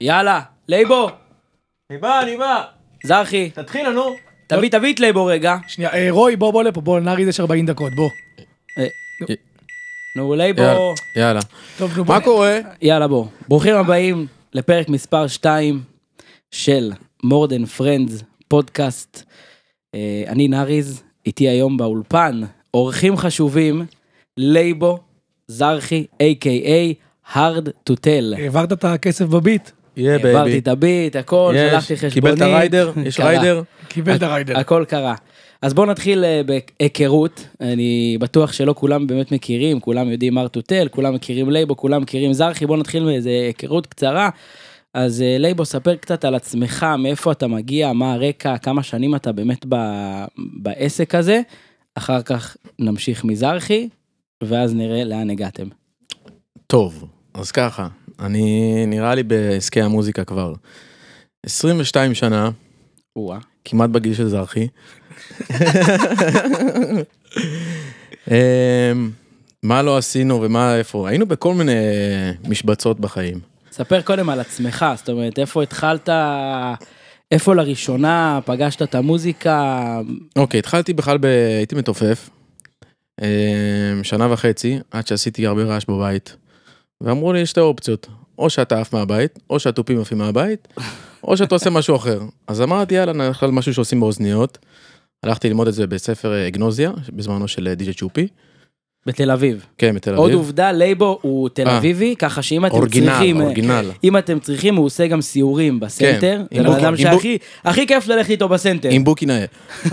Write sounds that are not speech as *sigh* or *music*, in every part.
יאללה, לייבו, אני בא, אני בא. זרחי, תתחיל, נו. לא- תביא, תביא את לייבו רגע. שנייה, אה, רוי, בוא, בוא לפה, בוא, לנאריז יש 40 דקות, בוא. אה, נו. נו, יאללה, לייבו, יאללה. טוב, נו, בוא. מה קורה? יאללה בוא. ברוכים הבאים לפרק מספר 2 של מורדן פרנדס, פודקאסט. אה, אני נאריז, איתי היום באולפן, אורחים חשובים, לייבו, זרחי, a.k.a. hard to tell. העברת את הכסף בביט? יהיה העברתי בייבי. את הביט, הכל, יש, שלחתי חשבונית. קיבל את *laughs* הריידר? יש קרה. ריידר? קיבל את הריידר. הכל קרה. אז בואו נתחיל אה, בהיכרות, אני בטוח שלא כולם באמת מכירים, כולם יודעים הר טוטל, כולם מכירים לייבו, כולם מכירים זרחי, בואו נתחיל מאיזה היכרות קצרה. אז אה, לייבו, ספר קצת על עצמך, מאיפה אתה מגיע, מה הרקע, כמה שנים אתה באמת ב... בעסק הזה, אחר כך נמשיך מזרחי, ואז נראה לאן הגעתם. טוב, אז ככה, אני נראה לי בעסקי המוזיקה כבר 22 שנה, או-אה. כמעט בגיל של *laughs* זרחי. אמ, מה לא עשינו ומה איפה, היינו בכל מיני משבצות בחיים. ספר קודם על עצמך, זאת אומרת, איפה התחלת, איפה לראשונה פגשת את המוזיקה, אוקיי, התחלתי בכלל, ב... הייתי מתופף, אמ, שנה וחצי, עד שעשיתי הרבה רעש בבית, ואמרו לי, יש שתי אופציות, או שאתה עף מהבית, או שהתופים עפים מהבית, או שאתה עושה משהו אחר. אז אמרתי, יאללה, נלך על משהו שעושים באוזניות. הלכתי ללמוד את זה בבית ספר אה, אגנוזיה, בזמנו של אה, דיג'י צ'ופי, בתל אביב. כן, בתל עוד אביב. עובדה, לייבו הוא תל אה. אביבי, ככה שאם אתם אורגינל, צריכים, אה, אורגינל. אם אתם צריכים, הוא עושה גם סיורים בסנטר. זה עם בן בוק- אדם עם בוק- שהכי הכי כיף ללכת איתו בסנטר. עם בוקי נאה.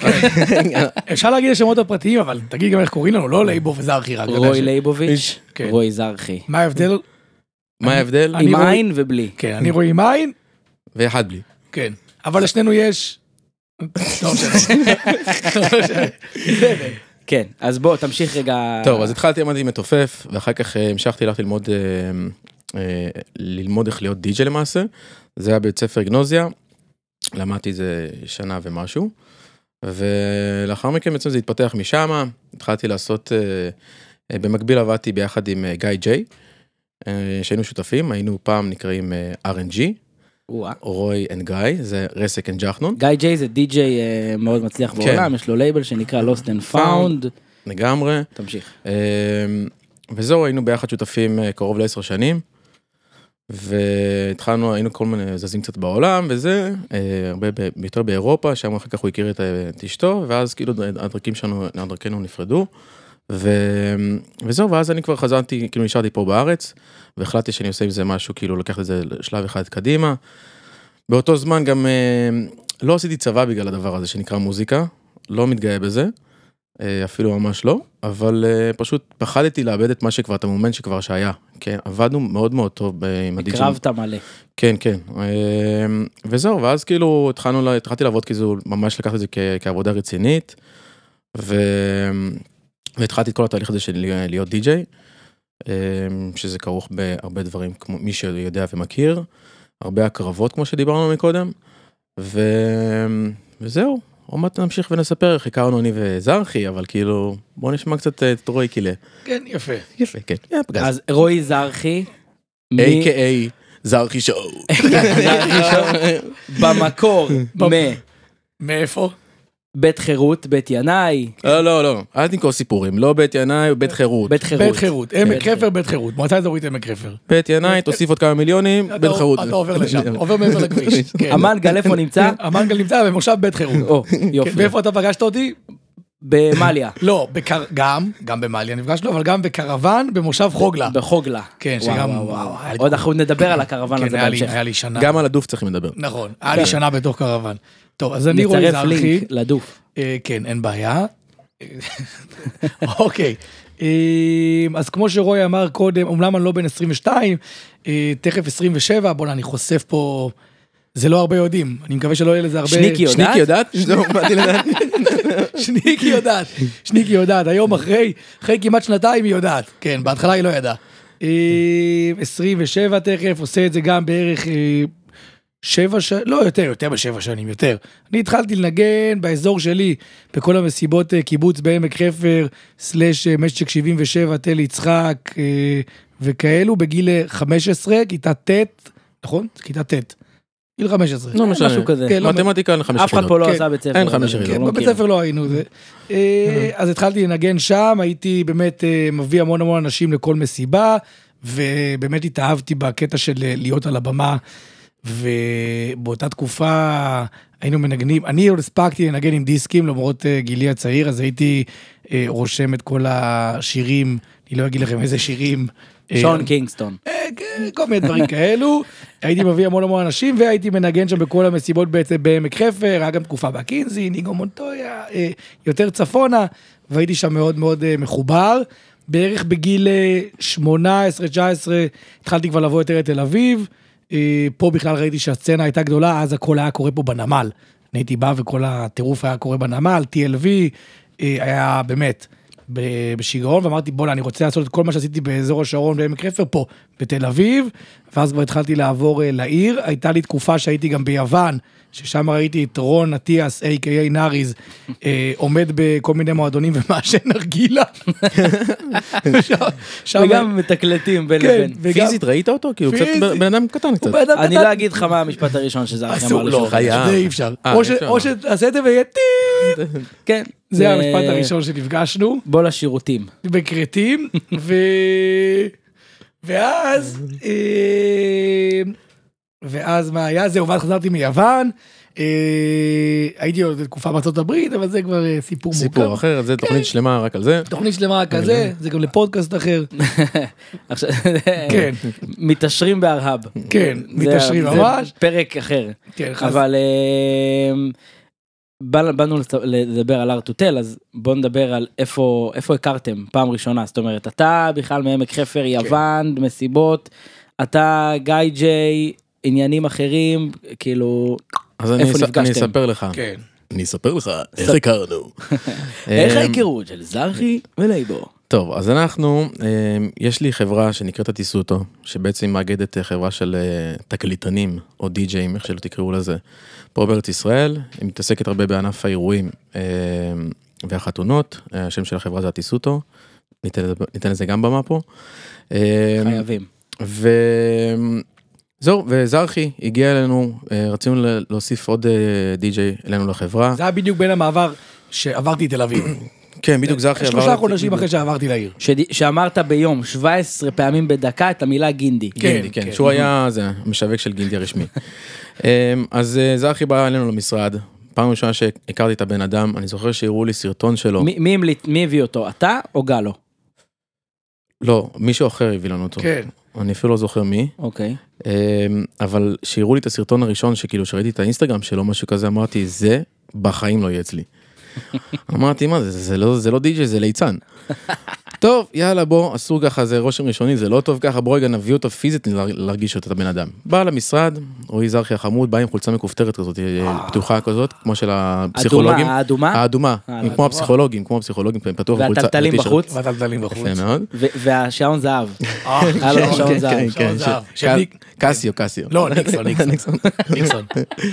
כן. אפשר להגיד את השמות הפרטיים, אבל תגיד גם איך קוראים לנו, לא לייבו וזרחי רק. אתה יודע רוי ש- לייבוביץ', כן. רוי זרחי. מה ההבדל? *laughs* מה ההבדל? אני עם רוי- עין ובלי. כן, אני רואה עם עין, ואחד בלי. כן. אבל לשנינו יש... לא משנה. לא משנה. כן, אז בוא, תמשיך רגע. טוב, אז התחלתי, למדתי מתופף, ואחר כך אה, המשכתי, הלכתי ללמוד, אה, אה, ללמוד איך להיות די-ג'י למעשה. זה היה בית ספר גנוזיה, למדתי את זה שנה ומשהו, ולאחר מכן בעצם זה התפתח משם, התחלתי לעשות, אה, אה, במקביל עבדתי ביחד עם אה, גיא ג'יי, אה, שהיינו שותפים, היינו פעם נקראים אה, R&G, וואה. רוי אנד גיא, זה רסק אנד ג'חנון, גיא ג'יי זה די-ג'יי אה, מאוד כן. מצליח בעולם, יש לו לייבל שנקרא Lost and Found. לגמרי. תמשיך. אמ, וזהו, היינו ביחד שותפים אה, קרוב לעשר שנים, והתחלנו, היינו כל מיני זזים קצת בעולם וזה, אה, הרבה ב- יותר באירופה, שם אחר כך הוא הכיר את אה, את אשתו, ואז כאילו הדרכים שלנו, דרכינו נפרדו. ו... וזהו, ואז אני כבר חזרתי, כאילו נשארתי פה בארץ, והחלטתי שאני עושה עם זה משהו, כאילו לקחת את זה לשלב אחד קדימה. באותו זמן גם אה, לא עשיתי צבא בגלל הדבר הזה שנקרא מוזיקה, לא מתגאה בזה, אה, אפילו ממש לא, אבל אה, פשוט פחדתי לאבד את מה שכבר, את המומנט שכבר שהיה. כן, עבדנו מאוד מאוד טוב אה, עם הדיג'י. הקרבת מלא. כן, כן. אה, וזהו, ואז כאילו התחלנו, לה- התחלתי לעבוד כאילו, ממש לקחת את זה כ, כעבודה רצינית, ו... והתחלתי את כל התהליך הזה של להיות די-ג'יי, אה, שזה כרוך בהרבה דברים, כמו מי שיודע ומכיר, הרבה הקרבות, כמו שדיברנו מקודם, ו... וזהו. עוד מעט נמשיך ונספר איך הכרנו אני וזרחי, אבל כאילו, בוא נשמע קצת אה, את רועי קילה. כן, יפה. יפה, כן. אה, פגז. אז רוי זרחי. מ- A.K.A. זרחי שואו. זרחי שואו, *laughs* *laughs* במקור, מ... מאיפה? בית חירות, בית ינאי, לא, לא, לא, אל תמכור סיפורים, לא בית ינאי, בית חירות. בית חירות. בית חירות. עמק כן. חפר, בית חירות. מועצה אזורית עמק חפר. בית ינאי, תוסיף עוד כמה מיליונים, אתה- בית חירות. אתה עובר לשם, עובר מעבר לכביש. כן. המנגל איפה *laughs* נמצא? המנגל נמצא במושב בית חירות. או, כן, יופי. ואיפה אתה פגשת אותי? במליה, לא, בקר... גם, גם במעליה נפגשנו, אבל גם בקרוון במושב חוגלה. בחוגלה. כן, וואו, שגם- וואו, וואו, וואו. היה לי- עוד אנחנו נדבר על הקרוון כן, הזה היה לי, בהמשך. היה לי שנה. *laughs* גם על הדוף צריכים לדבר. נכון, היה לי שנה בתוך קרוון. טוב, אז אני רואה נצרף זרחי. לינק לדוף. אה, כן, אין בעיה. *laughs* אוקיי. אה, אז כמו שרוי אמר קודם, אומנם אני לא בן 22, אה, תכף 27, בוא'נה, אני חושף פה... זה לא הרבה יודעים, אני מקווה שלא יהיה לזה הרבה... שניקי יודעת? שניקי יודעת? לא, באתי *laughs* לדעת. שניקי יודעת, שניקי יודעת, היום אחרי, אחרי כמעט שנתיים היא יודעת, כן, בהתחלה היא לא ידעה. אה, 27 תכף, עושה את זה גם בערך אה, שבע שנים, לא יותר, יותר משבע שנים, יותר. אני התחלתי לנגן באזור שלי, בכל המסיבות אה, קיבוץ בעמק חפר, סלאש אה, משק 77, תל יצחק אה, וכאלו, בגיל אה, 15, כיתה ט', נכון? זה כיתה ט', גיל 15. לא משנה. משהו כזה. כן, לא- מתמטיקה אין חמש אף אחד יחידות. פה לא כן. עשה בית ספר. אין חמש אבל- יחידות. לא כן, בבית מכיר. ספר לא היינו זה. אה, אז התחלתי לנגן שם, הייתי באמת אה, מביא המון המון אנשים לכל מסיבה, ובאמת התאהבתי בקטע של אה, להיות על הבמה, ובאותה תקופה היינו מנגנים, אני עוד הספקתי לנגן עם דיסקים למרות אה, גילי הצעיר, אז הייתי אה, רושם את כל השירים, אני לא אגיד לכם איזה שירים. אה, שון קינגסטון. אה, כן, כל מיני דברים כאלו. הייתי מביא המון המון אנשים והייתי מנגן שם בכל המסיבות בעצם בעמק חפר, היה גם תקופה בהקינזי, ניגו מונטויה, אה, יותר צפונה, והייתי שם מאוד מאוד אה, מחובר. בערך בגיל אה, 18-19 התחלתי כבר לבוא יותר לתל אביב. אה, פה בכלל ראיתי שהסצנה הייתה גדולה, אז הכל היה קורה פה בנמל. אני הייתי בא וכל הטירוף היה קורה בנמל, TLV, אה, היה באמת. ב- בשיגעון, ואמרתי, בואנה, אני רוצה לעשות את כל מה שעשיתי באזור השרון בעמק חפר פה, בתל אביב, ואז כבר התחלתי לעבור אה, לעיר. הייתה לי תקופה שהייתי גם ביוון, ששם ראיתי את רון אטיאס, A.K.A. נאריז, אה, עומד בכל מיני מועדונים ומעשן נרגילה. שם- שם- וגם מתקלטים בין כן, לבין. וגם... פיזית ראית אותו? כאילו קצת פיזית. בן- בן אדם קטן קצת. הוא בן אדם אני קטן. לא אגיד לך מה המשפט הראשון שזרחי אמר אסור, לי. לא, שלך. חייב. זה אי אפשר. אה, או אי ש- אפשר. או שתעשה את זה ויהיה טיפ. כן. זה המשפט הראשון שנפגשנו. בוא לשירותים. *laughs* בכרתים, ו... ואז, אה, ואז מה היה? זהו, ואז חזרתי מיוון, אה, הייתי עוד תקופה בארצות הברית, אבל זה כבר אה, סיפור מורכב. סיפור אחר, כן, זה תוכנית שלמה רק על זה. תוכנית שלמה כזה, זה גם לפודקאסט אחר. עכשיו, *laughs* כן, מתעשרים בהרהב. כן, זה- מתעשרים זה ממש. פרק אחר. כן, חס- אבל אמ, בא- באנו לצ- לדבר על ארטוטל אז בוא נדבר על איפה איפה הכרתם פעם ראשונה זאת אומרת אתה בכלל מעמק כן. חפר יוון מסיבות אתה גיא ג'יי עניינים אחרים כאילו אז אני איפה אס- נפגשתם? אני אספר לך. כן. אני אספר לך איך הכרנו. איך אמ, ההיכרות של זרחי ולייבו. טוב, אז אנחנו, אמ, יש לי חברה שנקראת הטיסוטו, שבעצם מאגדת אה, חברה של אה, תקליטנים, או די-ג'אים, איך שלא תקראו לזה, פה בארץ ישראל, היא מתעסקת הרבה בענף האירועים אמ, והחתונות, אה, השם של החברה זה הטיסוטו, ניתן לזה- ניתן לזה גם במה פה. אמ, חייבים. וזהו, וזרחי הגיע אלינו, אה, רצינו ל- להוסיף עוד אה, די-ג'יי אלינו לחברה. זה היה בדיוק בין המעבר שעברתי תל *coughs* אביב. כן, בדיוק זרחי עבר... שלושה לת- חודשים אחרי שעברתי לעיר. שד- שאמרת ביום 17 פעמים בדקה את המילה גינדי. גינדי, כן, כן, כן. שהוא היה זה, המשווק של גינדי הרשמי. *laughs* אמ, אז אה, זרחי בא אלינו למשרד, פעם ראשונה שהכרתי את הבן אדם, אני זוכר שהראו לי סרטון לא. שלו, מי- מי המליץ- מי הביא אותו אתה או גלו? לא, מישהו אחר הביא לנו אותו, כן. אני אפילו לא זוכר מי, אוקיי. אמ, אבל שהראו לי את הסרטון הראשון שכאילו שראיתי את האינסטגרם שלו, משהו כזה, אמרתי, זה בחיים לא יהיה אצלי. *laughs* אמרתי, מה זה, זה לא- זה לא די-ג'יי, *laughs* זה ליצן. טוב, יאללה, בוא, אסור ככה, זה רושם ראשוני, זה לא טוב ככה, בוא רגע נביא אותו פיזית לה- להרגיש אותו, את הבן אדם. בא למשרד, רועי זרחי החמוד, בא עם חולצה מכופתרת כזאת, אה, פתוחה כזאת, כמו של הפסיכולוגים. אוקיי. אדומה, האדומה? האדומה, אה, היא כמו הפסיכולוגים, כמו הפסיכולוגים, פתוח בחולצה. והטלטלים בטישרט. בחוץ והטלטלים בחוץ. יפה מאוד. ו- והשעון זהב. *laughs* אה, היה לו *laughs* שעון כן, זהב. כן, שעון כן, זהב. ש- של ניק- קסיו, קסיו. לא, *laughs* ניקסון, ניקסון. כן. ניקסון.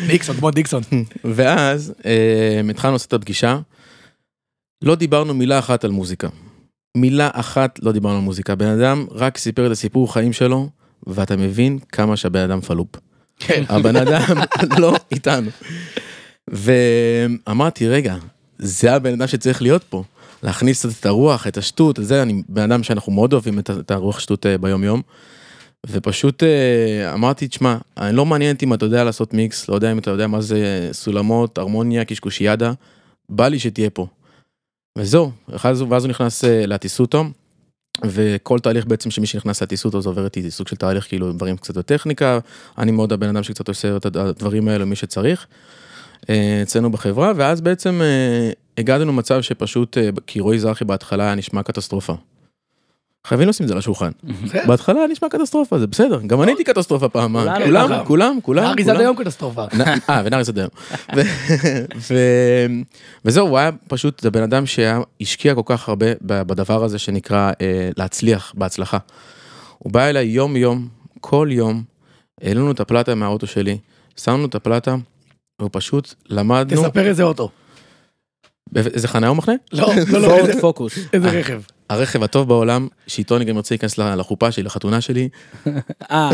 ניקסון, כמו דיקסון. ואז אה, התחלנו לעשות את הפגישה, לא דיברנו מילה אחת על מוזיקה. מילה אחת לא דיברנו על מוזיקה. בן אדם רק סיפר את הסיפור חיים שלו, ואתה מבין כמה שהבן אדם פלופ. כן. הבן אדם לא איתנו. ואמרתי, רגע, זה הבן אדם שצריך להיות פה. להכניס את הרוח, את השטות, את זה, אני בן אדם שאנחנו מאוד אוהבים את, ה- את הרוח שטות אה, ביום-יום. ופשוט אה, אמרתי, תשמע, אני לא מעניין אותי אם אתה יודע לעשות מיקס, לא יודע אם אתה יודע מה זה סולמות, הרמוניה, קשקושיאדה, בא לי שתהיה פה. וזהו, ואז הוא ואז הוא נכנס אה, לטיסוטו, וכל תהליך בעצם שמי שנכנס לטיסוטו זה עובר איתי סוג של תהליך, כאילו דברים קצת בטכניקה, אני מאוד הבן אדם שקצת עושה את הדברים האלו, מי שצריך, אה, אצלנו בחברה, ואז בעצם אה, הגענו למצב שפשוט, אה, כי רועי זרחי בהתחלה היה נשמע קטסטרופה. חייבים לשים את זה על השולחן. בהתחלה היה נשמע קטסטרופה, זה בסדר, גם אני הייתי קטסטרופה פעם, מה? כולנו, כולם, כולם. כולם, כולם, אריזת כולם. היום קטסטרופה. לא, נ- אה, ונאריס עד היום. ו- ו- וזהו, הוא היה פשוט הבן אדם שהשקיע כל כך הרבה ב- בדבר הזה שנקרא אה, להצליח בהצלחה. הוא בא אליי יום-יום, כל יום, העלינו את הפלטה מהאוטו שלי, שמנו את הפלטה, והוא פשוט למדנו, תספר איזה אוטו. איזה חניה הוא מחנה? לא, לא, לא, פורד איזה- פוקוס. איזה רכב. הרכב הטוב בעולם, שאיתו אני גם רוצה להיכנס לחופה שלי, לחתונה שלי, אה,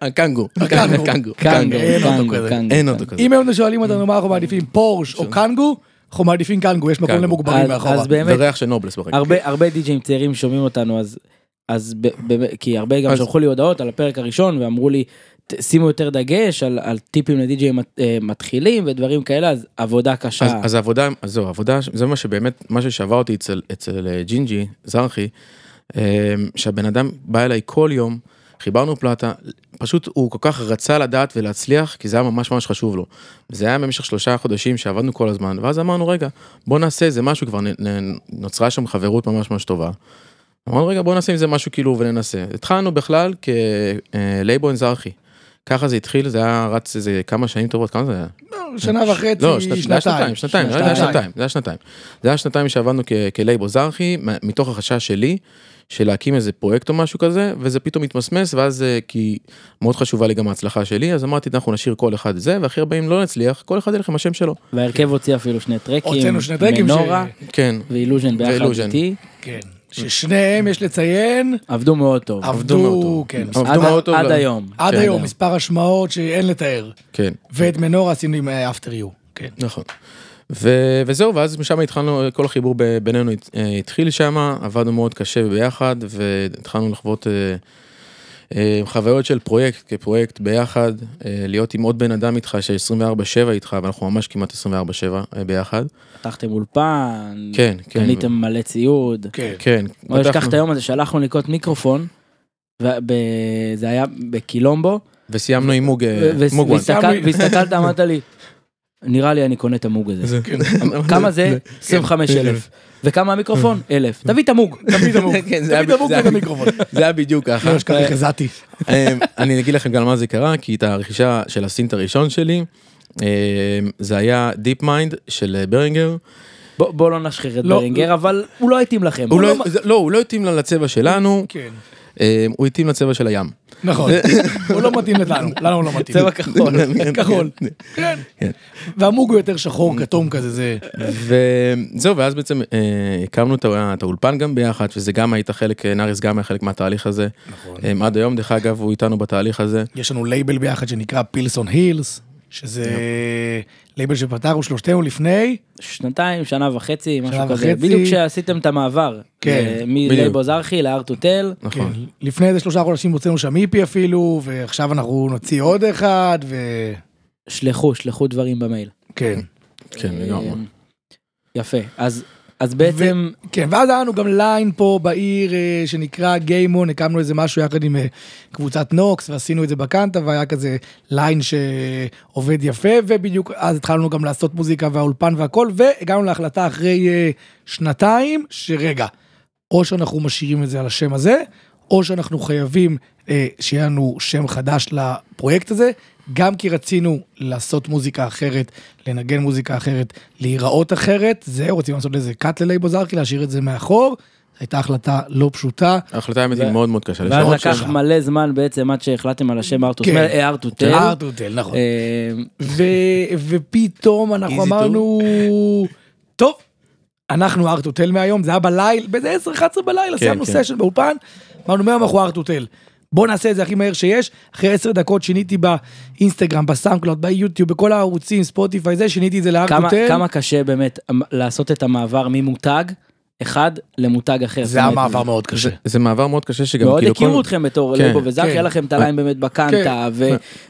הקנגו. הקנגו. הקנגו. קנגו, אין אותו קנגו, כזה. קנגו. אין אותו כזה. אם היום לא שואלים אותנו מה אנחנו מעדיפים, פורש או קנגו, אנחנו מעדיפים קנגו, יש מקום קנגו. למוגבלים אז- מאחורה. אז באמת, וריח של נובלס ברקע. הרבה הרבה די-ג'אים צעירים שומעים אותנו אז אז ב- ב- כי הרבה גם אז- שלחו לי הודעות על הפרק הראשון ואמרו לי "ת- שימו יותר דגש על, על טיפים לדי-ג'אים מת- אה, מתחילים ודברים כאלה אז עבודה אז, קשה. אז העבודה, אז זהו, העבודה, זה מה שבאמת, מה ששבר אותי אצל, אצל אה, ג'ינג'י, זרחי, אה, שהבן אדם בא אליי כל יום, חיברנו פלטה, פשוט הוא כל כך רצה לדעת ולהצליח, כי זה היה ממש ממש חשוב לו. זה היה במשך שלושה חודשים שעבדנו כל הזמן, ואז אמרנו, רגע, בוא נעשה איזה משהו, כבר נ, נ, נוצרה שם חברות ממש ממש טובה. אמרנו, רגע, בוא נעשה עם זה משהו כאילו וננסה. התחלנו בכלל אה, כלייבון זרחי. ככה זה התחיל, זה היה רץ איזה כמה שנים טובות, כמה זה היה? שנה וחצי, לא, זה היה שנתיים. שנתיים, זה היה שנתיים, זה היה שנתיים. זה היה שנתיים שעבדנו כ- כלייבו זרחי, מה- מתוך החשש שלי, של להקים איזה פרויקט או משהו כזה, וזה פתאום התמסמס, ואז אה, כי מאוד חשובה לי גם ההצלחה שלי, אז אמרתי, אנחנו נשאיר כל אחד זה, והכי הרבה אם לא נצליח, כל אחד ילך עם השם שלו. וההרכב הוציא אפילו שני טרקים, הוצאנו שני טרקים ש- מנורה כן. ואילוז'ן ביחד ואילוז'ן. איתי, כן. ששניהם, יש לציין, עבדו מאוד טוב. עבדו, אה. כן. עבדו עד- מאוד טוב עד גם. היום. עד כן, היום, גם. מספר השמעות שאין לתאר. כן. ואת מנורה עשינו עם אפטר יו. כן. נכון. ו- וזהו, ואז משם התחלנו, כל החיבור ב- בינינו הת- אה, התחיל שם, עבדנו מאוד קשה ביחד, והתחלנו לחוות אה, אה, חוויות של פרויקט כפרויקט ביחד, אה, להיות עם עוד בן אדם איתך ש-24/7 איתך, ואנחנו ממש כמעט 24/7 אה, ביחד. פתחתם אולפן, כן, כן. קניתם מלא ציוד. כן. כן. לא אשכח פתחנו. את היום הזה שהלכנו לקנות מיקרופון, וב- זה היה בקילומבו. וסיימנו עם מוג, אה, ו- ו- מוג וואן. והסתכל- *laughs* סמי. כן. והסתכלת אמרת לי נראה לי אני קונה את המוג הזה. כן. *laughs* כמה זה? כן, 25 אלף. וכמה המיקרופון? אה. אלף. תביא את *laughs* המוג. תמיד אמור, *laughs* כן, זה היה- תמיד אמור זה היה- את המיקרופון. זה היה בדיוק ככה. לא, שכחתי חזתי. אמ, אני אגיד לכם גם למה זה קרה, כי את הרכישה של הסינט הראשון שלי, אמ, זה היה דיפ מיינד של אה, ברינגר. בוא- בוא לא נשחרר את לא. ברינגר אבל הוא לא התאים לכם. הוא לא, זה- לא, הוא לא התאים לה לצבע שלנו, כן. אמ, הוא התאים לצבע של הים. *laughs* נכון. הוא לא מתאים לנו, לנו הוא לא מתאים. צבע כחול. *laughs* כחול. כן. *laughs* כן. והמוג הוא יותר שחור, כתום כזה, זה... וזהו, ואז בעצם אה, הקמנו את ה- את האולפן גם ביחד, שזה גם היית חלק, אה, נאריס גם היה חלק מהתהליך הזה. נכון. אמ, עד היום, דרך אגב, הוא איתנו בתהליך הזה. יש לנו לייבל ביחד שנקרא פילסון הילס, שזה לייבל שפתחנו שלושתנו לפני, שנתיים, שנה וחצי, משהו שנה כזה. וחצי. בדיוק כשעשיתם את המעבר. כן, אה, בדיוק. מלייבו זרחי להר-טוטל. כן, נכון. לפני איזה שלושה חודשים הוצאנו שם איפי אפילו, ועכשיו אנחנו נוציא עוד אחד, ו... שלחו, שלחו דברים במייל. כן. כן, לגמרי. אה, יפה. אז אז בעצם כן, ואז היה לנו גם ליין פה בעיר אה, שנקרא גיימון, הקמנו איזה משהו יחד עם אה, קבוצת נוקס, ועשינו את זה בקנטה, והיה כזה ליין שעובד יפה, ובדיוק אז התחלנו גם לעשות מוזיקה והאולפן והכל, והגענו להחלטה אחרי אה, שנתיים, שרגע, או שאנחנו משאירים את זה על השם הזה, או שאנחנו חייבים אה, שיהיה לנו שם חדש לפרויקט הזה, גם כי רצינו לעשות מוזיקה אחרת, לנגן מוזיקה אחרת, להיראות אחרת, זהו, רצינו לעשות איזה cut ללייבו זרקי, להשאיר את זה מאחור, הייתה החלטה לא פשוטה. ההחלטה האמת היא ו- מאוד מאוד קשה. ואז לשנות. לקח שלך. מלא זמן בעצם עד שהחלטתם על השם כן. הר-טוטל. ארטוטל, נכון. אה, ו, ופתאום אנחנו Easy to. אמרנו, טוב, אנחנו ארטוטל מהיום, זה היה בליל, באיזה 10-11 כן, בלילה, סיימנו כן. סשן באולפן, אמרנו מהיום אנחנו ארטוטל. בוא נעשה את זה הכי מהר שיש, אחרי 10 דקות שיניתי באינסטגרם, בסאונדקלאוד, ביוטיוב, בכל הערוצים, ספוטיפיי זה, שיניתי את זה כמה, לארטוטל. כמה קשה באמת אמ, לעשות את המעבר ממותג אחד למותג אחר. זאת זה היה אומרת, מעבר מאוד קשה. זה מעבר מאוד קשה שגם מאוד כאילו כל- הכירו אתכם בתור כן, לייבו וזאק, כן. אה. היה לכם את הליין באמת בקנטה,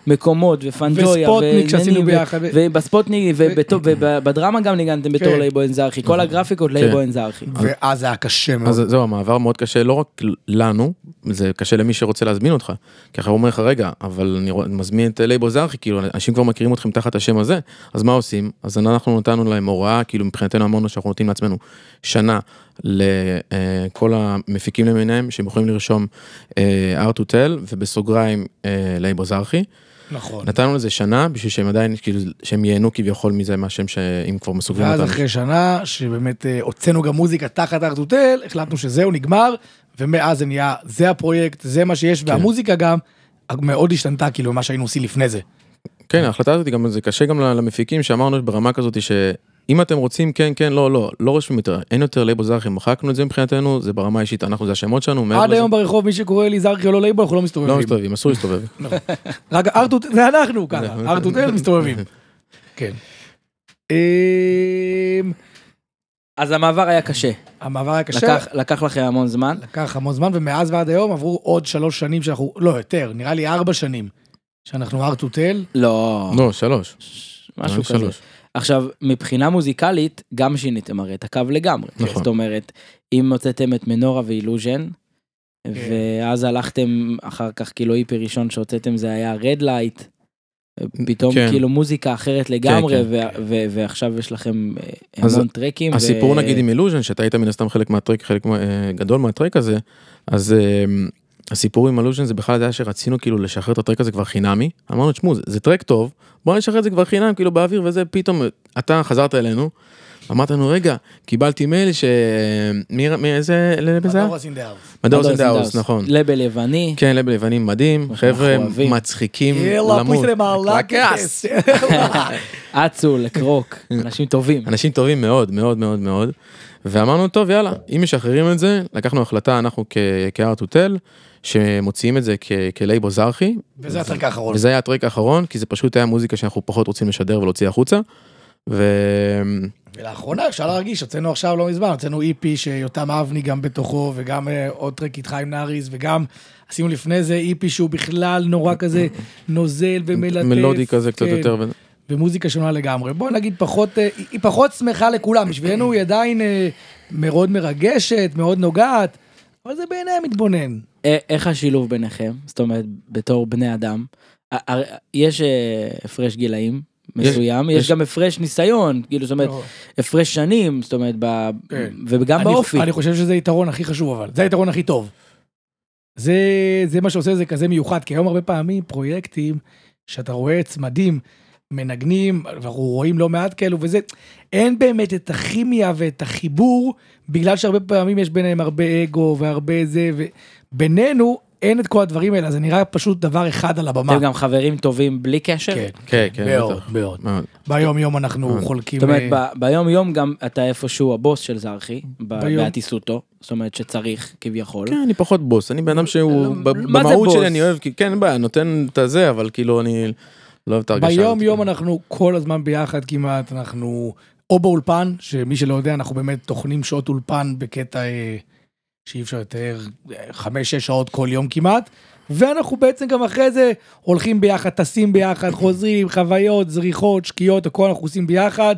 ומקומות, ופנג'ויה, וספוטניק ועניינים, שעשינו ו- ביחד. ובספוטניק, ובתו- ובדרמה גם ניגנתם בתור כן. לייבו אנזרחי, כל הגרפיקות לייבו אנזרחי. ואז זה היה קשה מאוד. אז זהו, המעבר מאוד קשה, לא רק לנו, זה קשה למי שרוצה להזמין אותך. כי אחר הוא אומר לך, רגע, אבל אני רוא- מזמין את לייבו זרחי, כאילו, אנשים כבר מכירים אתכם תחת השם הזה, אז מה עושים? אז אנחנו נתנו להם הוראה, כאילו, מבחינתנו אמרנו שאנחנו נותנים לעצמנו שנה לכל המפיקים למיניהם, שהם יכולים לרשום אה, R to tell, ובסוגריים אה, לייבו זרחי. נכון. נתנו לזה שנה, בשביל שהם עדיין, כאילו, שהם ייהנו כביכול מזה, מהשם שהם כבר מסוגלים ואז אותנו. אחרי שנה, שבאמת אה, הוצאנו גם מוזיקה תחת ארטוטל, החלטנו שזהו, נגמר, ומאז זה נהיה, זה הפרויקט, זה מה שיש, כן. והמוזיקה גם מאוד השתנתה, כאילו, ממה שהיינו עושים לפני זה. כן, ההחלטה הזאת היא גם זה קשה גם למפיקים שאמרנו ברמה כזאת ש... אם אתם רוצים, כן, כן, לא, לא, לא רושמים יותר, אין יותר לייבו זרחי, מחקנו את זה מבחינתנו, זה ברמה האישית, אנחנו, זה השמות שלנו, מעבר עד לזה- היום ברחוב מי שקורא לי זרקי או לא לייבו אנחנו לא לא מסתובבים. מסתובבים, אסור *laughs* להסתובב. רק ארטוט, זה *laughs* אנחנו ככה, ארטוטל מסתובבים. כן. אמ, אז המעבר היה קשה. המעבר היה קשה, לקח- לקח לכם המון זמן. לקח המון זמן, ומאז ועד היום עברו עוד שלוש שנים שאנחנו, לא יותר, נראה לי ארבע שנים, שאנחנו ארטוטל. לא, לא, שלוש. משהו שלוש. כזה. עכשיו, מבחינה מוזיקלית, גם שיניתם הרי את הקו לגמרי. נכון. זאת אומרת, אם הוצאתם את מנורה ואילוז'ן, כן. ואז הלכתם אחר כך, כאילו, היפי ראשון שהוצאתם זה היה רד לייט, פתאום כן. כאילו מוזיקה אחרת לגמרי, כן, ו- ו- ועכשיו יש לכם אה, אז המון טרקים. ו- הסיפור נגיד עם אילוז'ן, שאתה היית מן הסתם חלק מהטרק, חלק מה- אה, גדול מהטרק הזה, אז אה, הסיפור עם אילוז'ן זה בכלל היה שרצינו כאילו לשחרר את הטרק הזה כבר חינמי, אמרנו תשמעו זה- זה טרק טוב, בוא נשחרר את זה כבר חינם כאילו באוויר וזה, פתאום אה, אתה חזרת אלינו, אמרת לנו רגע, קיבלתי מייל ש... אה, מי מי- איזה לבל זה היה? הדור הסינדר. מדור מדור סנדאוס, סנדאוס. נכון. לבל יווני. כן, לב לבנים מדהים, חבר'ה אוהבים. מצחיקים יאללה, למות, פויסטר מרלקס. *laughs* כן. אצו, לקרוק, *laughs* אנשים טובים. אנשים טובים מאוד מאוד מאוד מאוד ואמרנו טוב יאללה אם משחררים את זה לקחנו החלטה אנחנו כארטוטל שמוציאים את זה כ- כלייבו זרחי וזה הטרק האחרון. וזה היה הטרק האחרון כי זה פשוט היה מוזיקה שאנחנו פחות רוצים לשדר ולהוציא החוצה. וכן ולאחרונה אפשר להרגיש, הוצאנו עכשיו לא מזמן, הוצאנו איפי שיותם אבני גם בתוכו, וגם אה, עוד טרק איתך עם נאריס, וגם עשינו לפני זה איפי שהוא בכלל נורא כזה נוזל ומלטף. מלודי כזה קצת כן, יותר ו- ומוזיקה שונה לגמרי. בוא נגיד פחות, אה, היא היא פחות שמחה לכולם, בשבילנו היא עדיין אה, מאוד מרגשת, מאוד נוגעת, אבל זה בעיני המתבונן. א- איך השילוב ביניכם? זאת אומרת, בתור בני אדם, ה- הר- יש אה, הפרש גילאים מסוים, יש יש- גם הפרש ניסיון, כאילו, זאת אומרת, לא. הפרש שנים, זאת אומרת, ב- כן. וגם אני- באופי. אני חושב שזה היתרון הכי חשוב אבל, זה היתרון הכי טוב. זה, זה מה שעושה את זה כזה מיוחד, כי היום הרבה פעמים פרויקטים שאתה רואה צמדים מנגנים, ואנחנו רואים לא מעט כאלו וזה, אין באמת את הכימיה ואת החיבור, בגלל שהרבה פעמים יש ביניהם הרבה אגו והרבה זה, ובינינו אין את כל הדברים האלה, אז זה נראה פשוט דבר אחד על הבמה. אתם גם חברים טובים בלי קשר? כן, כן מאוד, בטח. מאוד. מאוד. ביום יום אנחנו חולקים... זאת אומרת, אה, ב- ביום יום גם אתה איפשהו הבוס של זרחי, ב- ביום. בהטיסותו, זאת אומרת שצריך כביכול. כן, אני פחות בוס אני בן אדם לא, שהוא מה ב- זה במהות בוס? שלי אני אוהב כי כן אין בעיה נותן את הזה אבל כאילו אני לא אוהב את ההרגשה. ביום הזאת. יום אנחנו כל הזמן ביחד כמעט, אנחנו או באולפן, שמי שלא יודע, אנחנו באמת טוחנים שעות אולפן בקטע אה, שאי אפשר לתאר, אה, חמש-שש שעות כל יום כמעט, ואנחנו בעצם גם אחרי זה הולכים ביחד, טסים ביחד, חוזרים, חוויות, זריחות, שקיעות, הכל אנחנו עושים ביחד.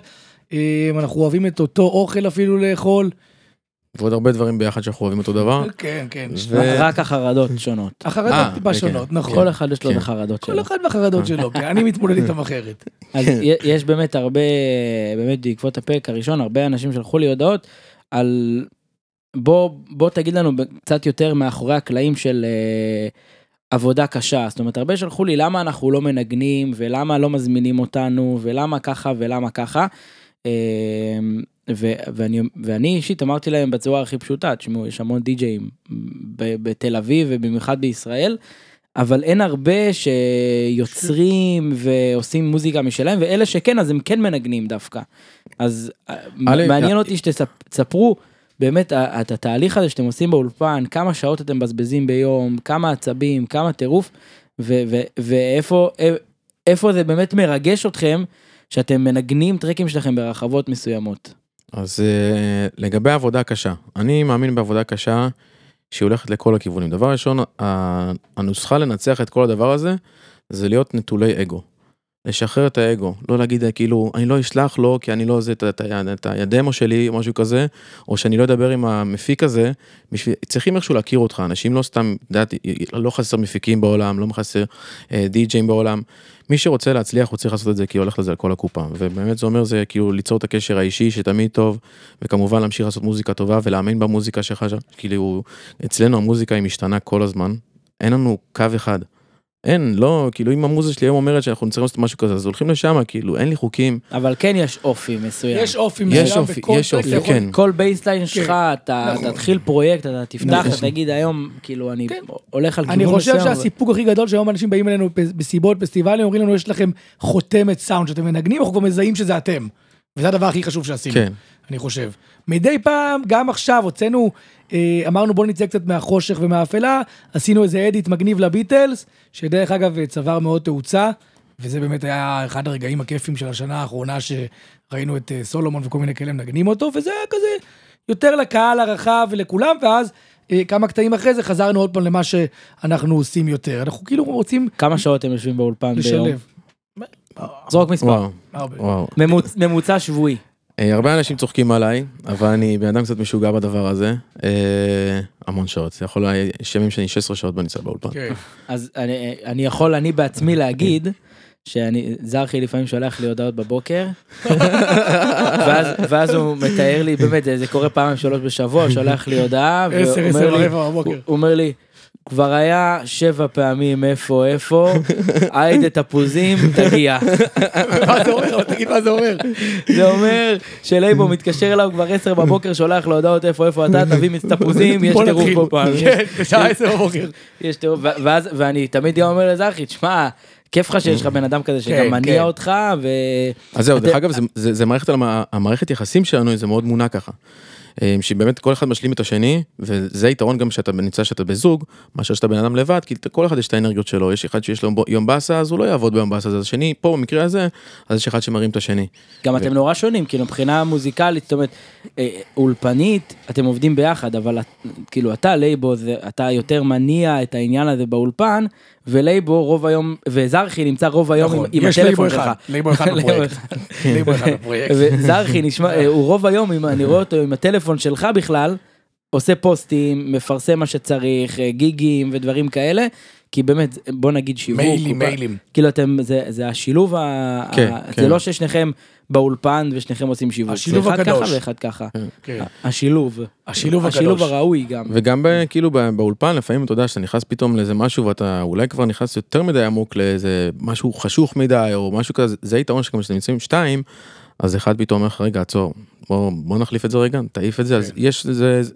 אה, אנחנו אוהבים את אותו אוכל אפילו לאכול. ועוד הרבה דברים ביחד שאנחנו אוהבים אותו דבר. כן, כן. ו- רק- רק החרדות שונות. החרדות אה, טיפה כן, שונות, כן. נכון. כל אחד יש לו את כן. החרדות שלו. כל אחד והחרדות שלו, כן, אני מתמודד איתם אחרת. *laughs* אז י- יש באמת הרבה, באמת בעקבות הפרק הראשון, הרבה אנשים שלחו לי הודעות על... בוא, בוא תגיד לנו ב- קצת יותר מאחורי הקלעים של אה, עבודה קשה. זאת אומרת, הרבה שלחו לי למה אנחנו לא מנגנים, ולמה לא מזמינים אותנו, ולמה ככה ולמה ככה. אה, ו- ואני, ואני אישית אמרתי להם בצורה הכי פשוטה, תשמעו, יש המון די-ג'אים ב- בתל אביב ובמיוחד בישראל, אבל אין הרבה שיוצרים ועושים מוזיקה משלהם, ואלה שכן, אז הם כן מנגנים דווקא. אז אה, א', מעניין אה, אותי שתספרו באמת ה- את התהליך הזה שאתם עושים באולפן, כמה שעות אתם מבזבזים ביום, כמה עצבים, כמה טירוף, ו- ו- ואיפה אה, איפה זה באמת מרגש אתכם שאתם מנגנים טרקים שלכם ברחבות מסוימות. אז אה, לגבי עבודה קשה, אני מאמין בעבודה קשה שהיא הולכת לכל הכיוונים. דבר ראשון, ה- הנוסחה לנצח את כל הדבר הזה, זה להיות נטולי אגו. לשחרר את האגו, לא להגיד אה, כאילו, אני לא אשלח לו כי אני לא זה, את ה- את ה- את הידמו שלי או משהו כזה, או שאני לא אדבר עם המפיק הזה, בשביל, צריכים איכשהו להכיר אותך, אנשים לא סתם, את יודעת, לא חסר מפיקים בעולם, לא חסר אה, די-ג'אים בעולם, מי שרוצה להצליח הוא צריך לעשות את זה כי הוא הולך לזה על כל הקופה ובאמת זה אומר זה כאילו ליצור את הקשר האישי שתמיד טוב וכמובן להמשיך לעשות מוזיקה טובה ולהאמין במוזיקה שלך ש- כאילו אצלנו המוזיקה היא משתנה כל הזמן אין לנו קו אחד. אין לא כאילו אם המוזה שלי היום אומרת שאנחנו צריכים לעשות משהו כזה אז הולכים לשם כאילו אין לי חוקים אבל כן יש אופי מסוים. יש אופי יש מסוים אופי, בכל יש טרק, אופי, אתה יכול כן. כל בייסליין שלך, אתה נכון. תתחיל פרויקט, אתה תפתח, נכון. אתה תגיד היום, כאילו, אני כן. הולך על כיוון אני מסוים. חושב אבל- שהסיפוק הכי גדול שהיום אנשים באים אלינו פ- בסיבות, פסטיבלים, אומרים לנו יש לכם חותמת סאונד שאתם מנגנים, אנחנו כבר מזהים שזה אתם. וזה הדבר הכי חשוב שעשינו. כן. אני חושב. מדי פעם, גם עכשיו, הוצאנו, אה, אמרנו בואו נצא קצת מהחושך ומהאפלה, עשינו איזה אדיט מגניב לביטלס, שדרך אגב אה, צבר מאוד תאוצה, וזה באמת היה אחד הרגעים הכיפים של השנה האחרונה שראינו את אה, סולומון וכל מיני כאלה מנגנים אותו, וזה היה כזה יותר לקהל הרחב ולכולם, ואז אה, כמה קטעים אחרי זה חזרנו עוד פעם למה שאנחנו עושים יותר. אנחנו כאילו רוצים כמה שעות הם יושבים באולפן ביום? לשלב. זרוק מספר. וואו, הרבה. וואו. ממוצ- ממוצע שבועי. אה, הרבה אנשים צוחקים עליי, אבל אני בן אדם קצת משוגע בדבר הזה. אה, המון שעות, זה יכול להיות יש ימים שאני 16 שעות בניסה באולפן. כן. *laughs* אז אני, אני יכול אני בעצמי להגיד שאני, זרחי לפעמים שולח לי הודעות בבוקר, ואז, ואז הוא מתאר לי, באמת, זה, זה קורה פעם שלוש בשבוע, שולח לי הודעה, עשר, והוא עשר אומר לי- ורבע בבוקר. הוא אומר לי, כבר היה שבע פעמים איפה איפה, היידה תפוזים, תגיע. מה זה אומר? אבל תגיד מה זה אומר. זה אומר שלייבו מתקשר אליו כבר עשר בבוקר, שולח לו הודעות איפה איפה אתה, תביא מיץ תפוזים, יש בוא טירוף נתחיל. פה פעם. כן, בשעה עשר בבוקר. יש טירוף, ו- ואז, ואני תמיד גם אומר לזרחי, תשמע, כיף לך שיש לך בן אדם כזה כן, שגם מניע כן. אותך, ו... אז זהו, אתם- דרך אגב, זה- זה זה מערכת, המ- המערכת יחסים שלנו, זה מאוד מונע ככה. אה, שבאמת כל אחד משלים את השני, וזה היתרון גם שאתה נמצא שאתה בזוג, מאשר שאתה בן אדם לבד, כי לכל אחד יש את האנרגיות שלו, יש אחד שיש לו בו- יום באסה, אז הוא לא יעבוד ביום באסה, אז השני, פה במקרה הזה, אז יש אחד שמרים את השני. גם אתם נורא שונים, כאילו מבחינה מוזיקלית, זאת אומרת, אה, אולפנית, אתם עובדים ביחד, אבל את- כאילו אתה, לייבו, זה- אתה יותר מניע את העניין הזה באולפן, ולייבו רוב היום, וזרחי נמצא רוב היום עם- נכון, עם יש לייבו הטלפון שלך. אחד, *laughs* לייבו אחד בפרויקט. כן. לייבו אחד בפרויקט. וזרחי נשמע, אה, הוא רוב היום, אם אני רואה אותו עם הטלפון שלך בכלל, עושה פוסטים, מפרסם מה שצריך, אה, גיגים ודברים כאלה, כי באמת, בוא נגיד שיווק. מיילים, הוא בא- מיילים. כאילו אתם, זה, זה השילוב, ה... כן, ה... כן. זה לא ששניכם באולפן ושניכם עושים שיווק. השילוב זה אחד הקדוש. ככה ואחד ככה. כן. השילוב. השילוב השילוב הקדוש. הראוי גם. וגם ב, כאילו בא- באולפן לפעמים אתה יודע שאתה נכנס פתאום לאיזה משהו ואתה אולי כבר נכנס יותר מדי עמוק לאיזה משהו חשוך מדי או משהו כזה זה היתרון שגם כשאתם נמצאים שתיים אז אחד פתאום אומר לך רגע עצור בוא, בוא נחליף את זה רגע תעיף את זה אז יש זה זה-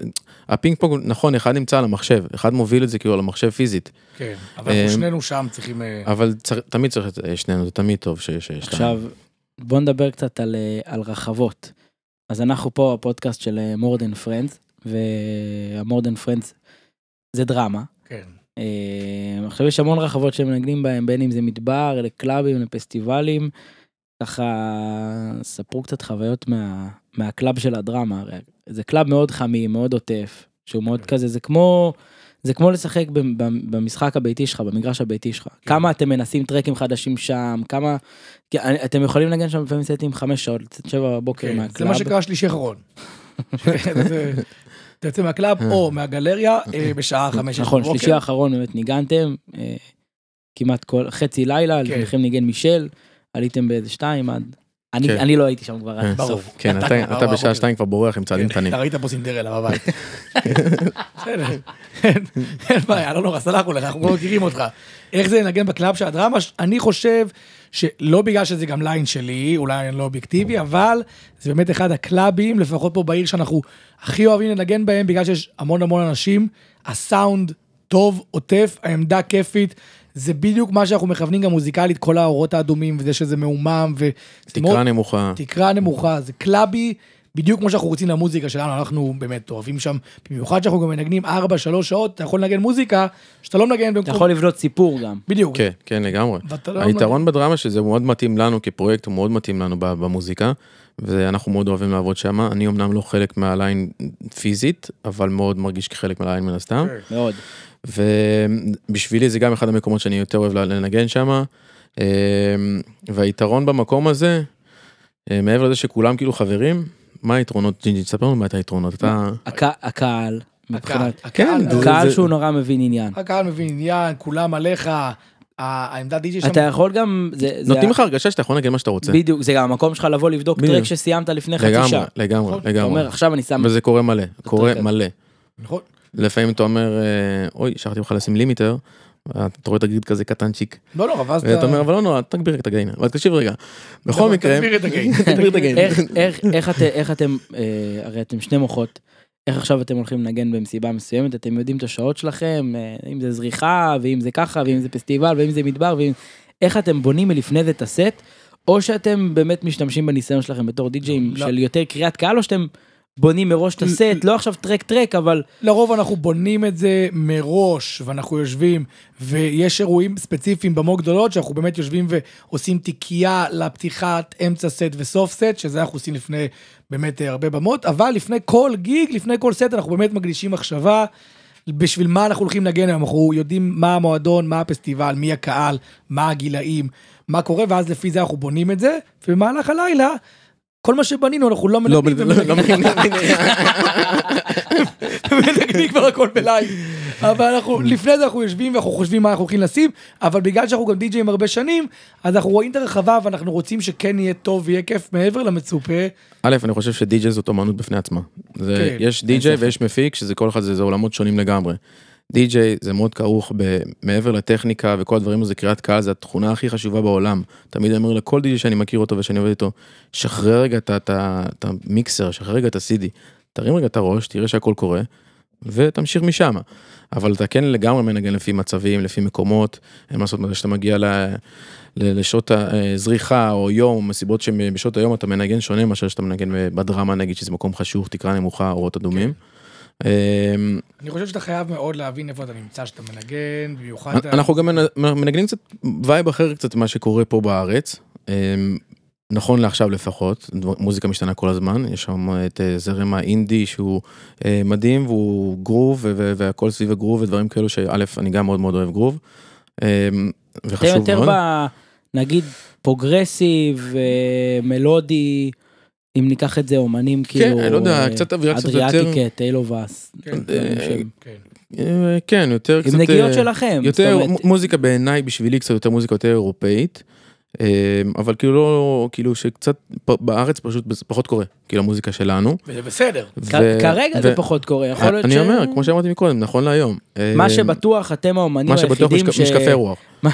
הפינג פונג נכון אחד נמצא על המחשב אחד מוביל את זה כאילו על המחשב פיזית כן, אבל אה, אנחנו שנינו שם צריכים... אה, אבל צר, תמיד צריך את אה, שנינו זה תמיד טוב שיש אה, שתיים. עכשיו, בוא נדבר קצת על, אה, על רחבות. אז אנחנו פה הפודקאסט של אה, מורדן פרנדס, והמורדן פרנדס זה דרמה. כן. אה, עכשיו יש המון רחבות שמנגנים בהן, בין אם זה מדבר, לקלאבים, לפסטיבלים. ככה, ספרו קצת חוויות מה, מהקלאב של הדרמה. הרי זה קלאב מאוד חמים, מאוד עוטף, שהוא כן. מאוד כזה, זה כמו, זה כמו לשחק במ- במ- במשחק הביתי שלך, במגרש הביתי שלך. כן. כמה אתם מנסים טרקים חדשים שם, כמה... כי אני- אתם יכולים לנגן שם לפעמים סטים חמש שעות, קצת שבע בבוקר כן, אוקיי, מהקלאב. זה מה שקרה שלישי האחרון. *laughs* *laughs* זה- אתה יוצא מהקלאב או מהגלריה אה, בשעה חמש. נכון, בבוקר. שלישי האחרון באמת ניגנתם, אה, כמעט כל, חצי לילה, כן. לפניכם ניגן מישל, עליתם באיזה שתיים עד... אני, כן. אני לא הייתי שם כבר עד כן. הסוף. ברור. כן כבר אתה, אתה בבוקר. בשעה שתיים כבר בורח עם צעדים כן, קטנים. אתה ראית פה סינדרלה בבית. *laughs* בסדר, אין- אין בעיה, לא נורא, סלחנו לך, אנחנו לא מכירים אותך. איך זה לנגן בקלאב של הדרמה? ש- אני חושב שלא בגלל שזה גם ליין שלי, אולי אני לא אובייקטיבי, אבל זה באמת אחד הקלאבים, לפחות פה בעיר שאנחנו הכי אוהבים לנגן בהם, בגלל שיש המון המון אנשים, הסאונד טוב, עוטף, העמדה כיפית. זה בדיוק מה שאנחנו מכוונים גם מוזיקלית, כל האורות האדומים, וזה שזה מהומם, ו... תקרה נמוכה. תקרה נמוכה, זה קלאבי, בדיוק כמו שאנחנו רוצים למוזיקה שלנו, אנחנו באמת אוהבים שם, במיוחד שאנחנו גם מנגנים 4-3 שעות, אתה יכול לנגן מוזיקה שאתה לא מנגן אתה במקום, יכול לבנות סיפור גם. בדיוק, כן, כן לגמרי. ואתה לא היתרון בדרמה שזה מאוד מתאים לנו כפרויקט, הוא מאוד מתאים לנו ב- במוזיקה, ואנחנו מאוד אוהבים לעבוד שם. אני אמנם לא חלק מהליין פיזית, אבל מאוד מרגיש כחלק מהליין מן הסתם. מאוד. ובשבילי זה גם אחד המקומות שאני יותר אוהב לנגן שם. אמ, והיתרון במקום הזה, אה, מעבר לזה שכולם כאילו חברים, מה היתרונות, ג'ינג'י? תספר לנו מה את היתרונות. אתה... הק, הקהל, מבחינת... הקהל, כן, הקהל- אה. זה- אה, הקהל שהוא נורא מבין עניין. הקהל מבין עניין, כולם עליך, ה- העמדת דיג'י שם, אתה יכול גם... זה, זה נותנים לך הרגשה שאתה יכול לנגן מה שאתה רוצה. בדיוק, זה גם המקום שלך לבוא לבדוק בדיוק. טרק שסיימת לפני חצי לגמרי, שעה. לגמרי, אתה לגמרי. אומר, עכשיו אני שם... וזה קורה מלא, קורה כזה. מלא. נכון? לפעמים אתה אומר, אה, אוי, שכחתי לך לשים לימיטר, אתה רואה את הגריד כזה קטנצ'יק, לא, לא, אבל אז ואתה אומר, אבל לא נורא, תגביר את הגיין, אבל תקשיב רגע, בכל נכון, מקרה, תגביר את הגיין. תגביר את הגיין. איך, איך, איך, את, איך אתם, אה, הרי אתם שני מוחות, איך עכשיו אתם הולכים לנגן במסיבה מסוימת, אתם יודעים את השעות שלכם, אה, אם זה זריחה, ואם זה ככה, ואם זה פסטיבל, ואם זה מדבר, ואם... איך אתם בונים מלפני זה את הסט, או שאתם באמת משתמשים בניסיון שלכם בתור די-ג'אים לא. של יותר קריאת קהל, או שאתם בונים מראש את הסט, לא עכשיו טרק-טרק, אבל לרוב אנחנו בונים את זה מראש, ואנחנו יושבים, ויש אירועים ספציפיים במו גדולות, שאנחנו באמת יושבים ועושים תיקייה לפתיחת אמצע סט וסוף סט, שזה אנחנו עושים לפני באמת אה, הרבה במות, אבל לפני כל גיג, לפני כל סט, אנחנו באמת מקדישים מחשבה. בשביל מה אנחנו הולכים לנגן היום, אנחנו יודעים מה המועדון, מה הפסטיבל, מי הקהל, מה הגילאים, מה קורה, ואז לפי זה אנחנו בונים את זה, ובמהלך הלילה, כל מה שבנינו אנחנו לא, לא מנגנים. לא, לא מבינים. מנגנים כבר הכל בלייב. אבל אנחנו, לפני זה אנחנו יושבים ואנחנו חושבים מה אנחנו הולכים לשים, אבל בגלל שאנחנו גם די-ג'אים הרבה שנים, אז אנחנו רואים את הרחבה ואנחנו רוצים שכן יהיה טוב ויהיה כיף מעבר למצופה. א', אני חושב שדי-ג'יי זאת אומנות בפני עצמה. זה, כן, יש די-ג'יי ויש מפיק, שזה כל אחד, זה, זה עולמות שונים לגמרי. די-ג'יי זה מאוד כרוך ב, מעבר לטכניקה וכל הדברים, הזה, קריאת קהל, זה התכונה הכי חשובה בעולם. תמיד אני אומר לכל די-ג'יי שאני מכיר אותו ושאני עובד איתו, שחרר רגע את ה- את ה- את המיקסר, שחרר רגע את ה-CD, תרים רגע את הראש, תראה שהכל קורה, ותמשיך משם. אבל אתה כן לגמרי מנגן לפי מצבים, לפי מקומות, אין מה לעשות, מתי שאתה מגיע ל... ל- לשעות הזריחה או יום, או מסיבות שבשעות היום אתה מנגן שונה מאשר שאתה מנגן בדרמה נגיד שזה מקום חשוך, תקרה נמוכה, אורות אדומים. כן. אמ, אני חושב שאתה חייב מאוד להבין איפה אתה נמצא, שאתה מנגן, במיוחד... אנ- אנחנו גם מנ- מנגנים קצת וייב אחר קצת ממה שקורה פה בארץ. אמ, נכון לעכשיו לפחות, דבר- מוזיקה משתנה כל הזמן, יש שם את אה, זרם האינדי שהוא אה, מדהים והוא גרוב ו- ו- והכל סביב הגרוב ודברים כאלו שא', אני גם מאוד מאוד אוהב גרוב. אמ, אתם וחשוב יותר מאוד. ב... נגיד פרוגרסיב, אה, מלודי, אם ניקח את זה אומנים כאילו... אני לא יודע, אה, קצת אווירה קצת יותר- אדריאטיקה, טיילובאס. כן. דברים אה, שהם- כן. אה, כן, יותר קצת... עם נגיעות אה, שלכם. יותר זאת אומרת, מ- מוזיקה בעיניי בשבילי קצת יותר מוזיקה יותר אירופאית. אה, אבל כאילו לא כאילו שקצת פ- בארץ פשוט בס- פחות קורה כאילו המוזיקה שלנו. וזה בסדר. כ- ו- כרגע ו- זה פחות קורה, יכול להיות אה, אני ש- אומר כמו שאמרתי מקודם נכון להיום. אה, מה שבטוח, אתם האומנים מה שבטוח היחידים משק- משקפי רוח. *laughs* *laughs* מה-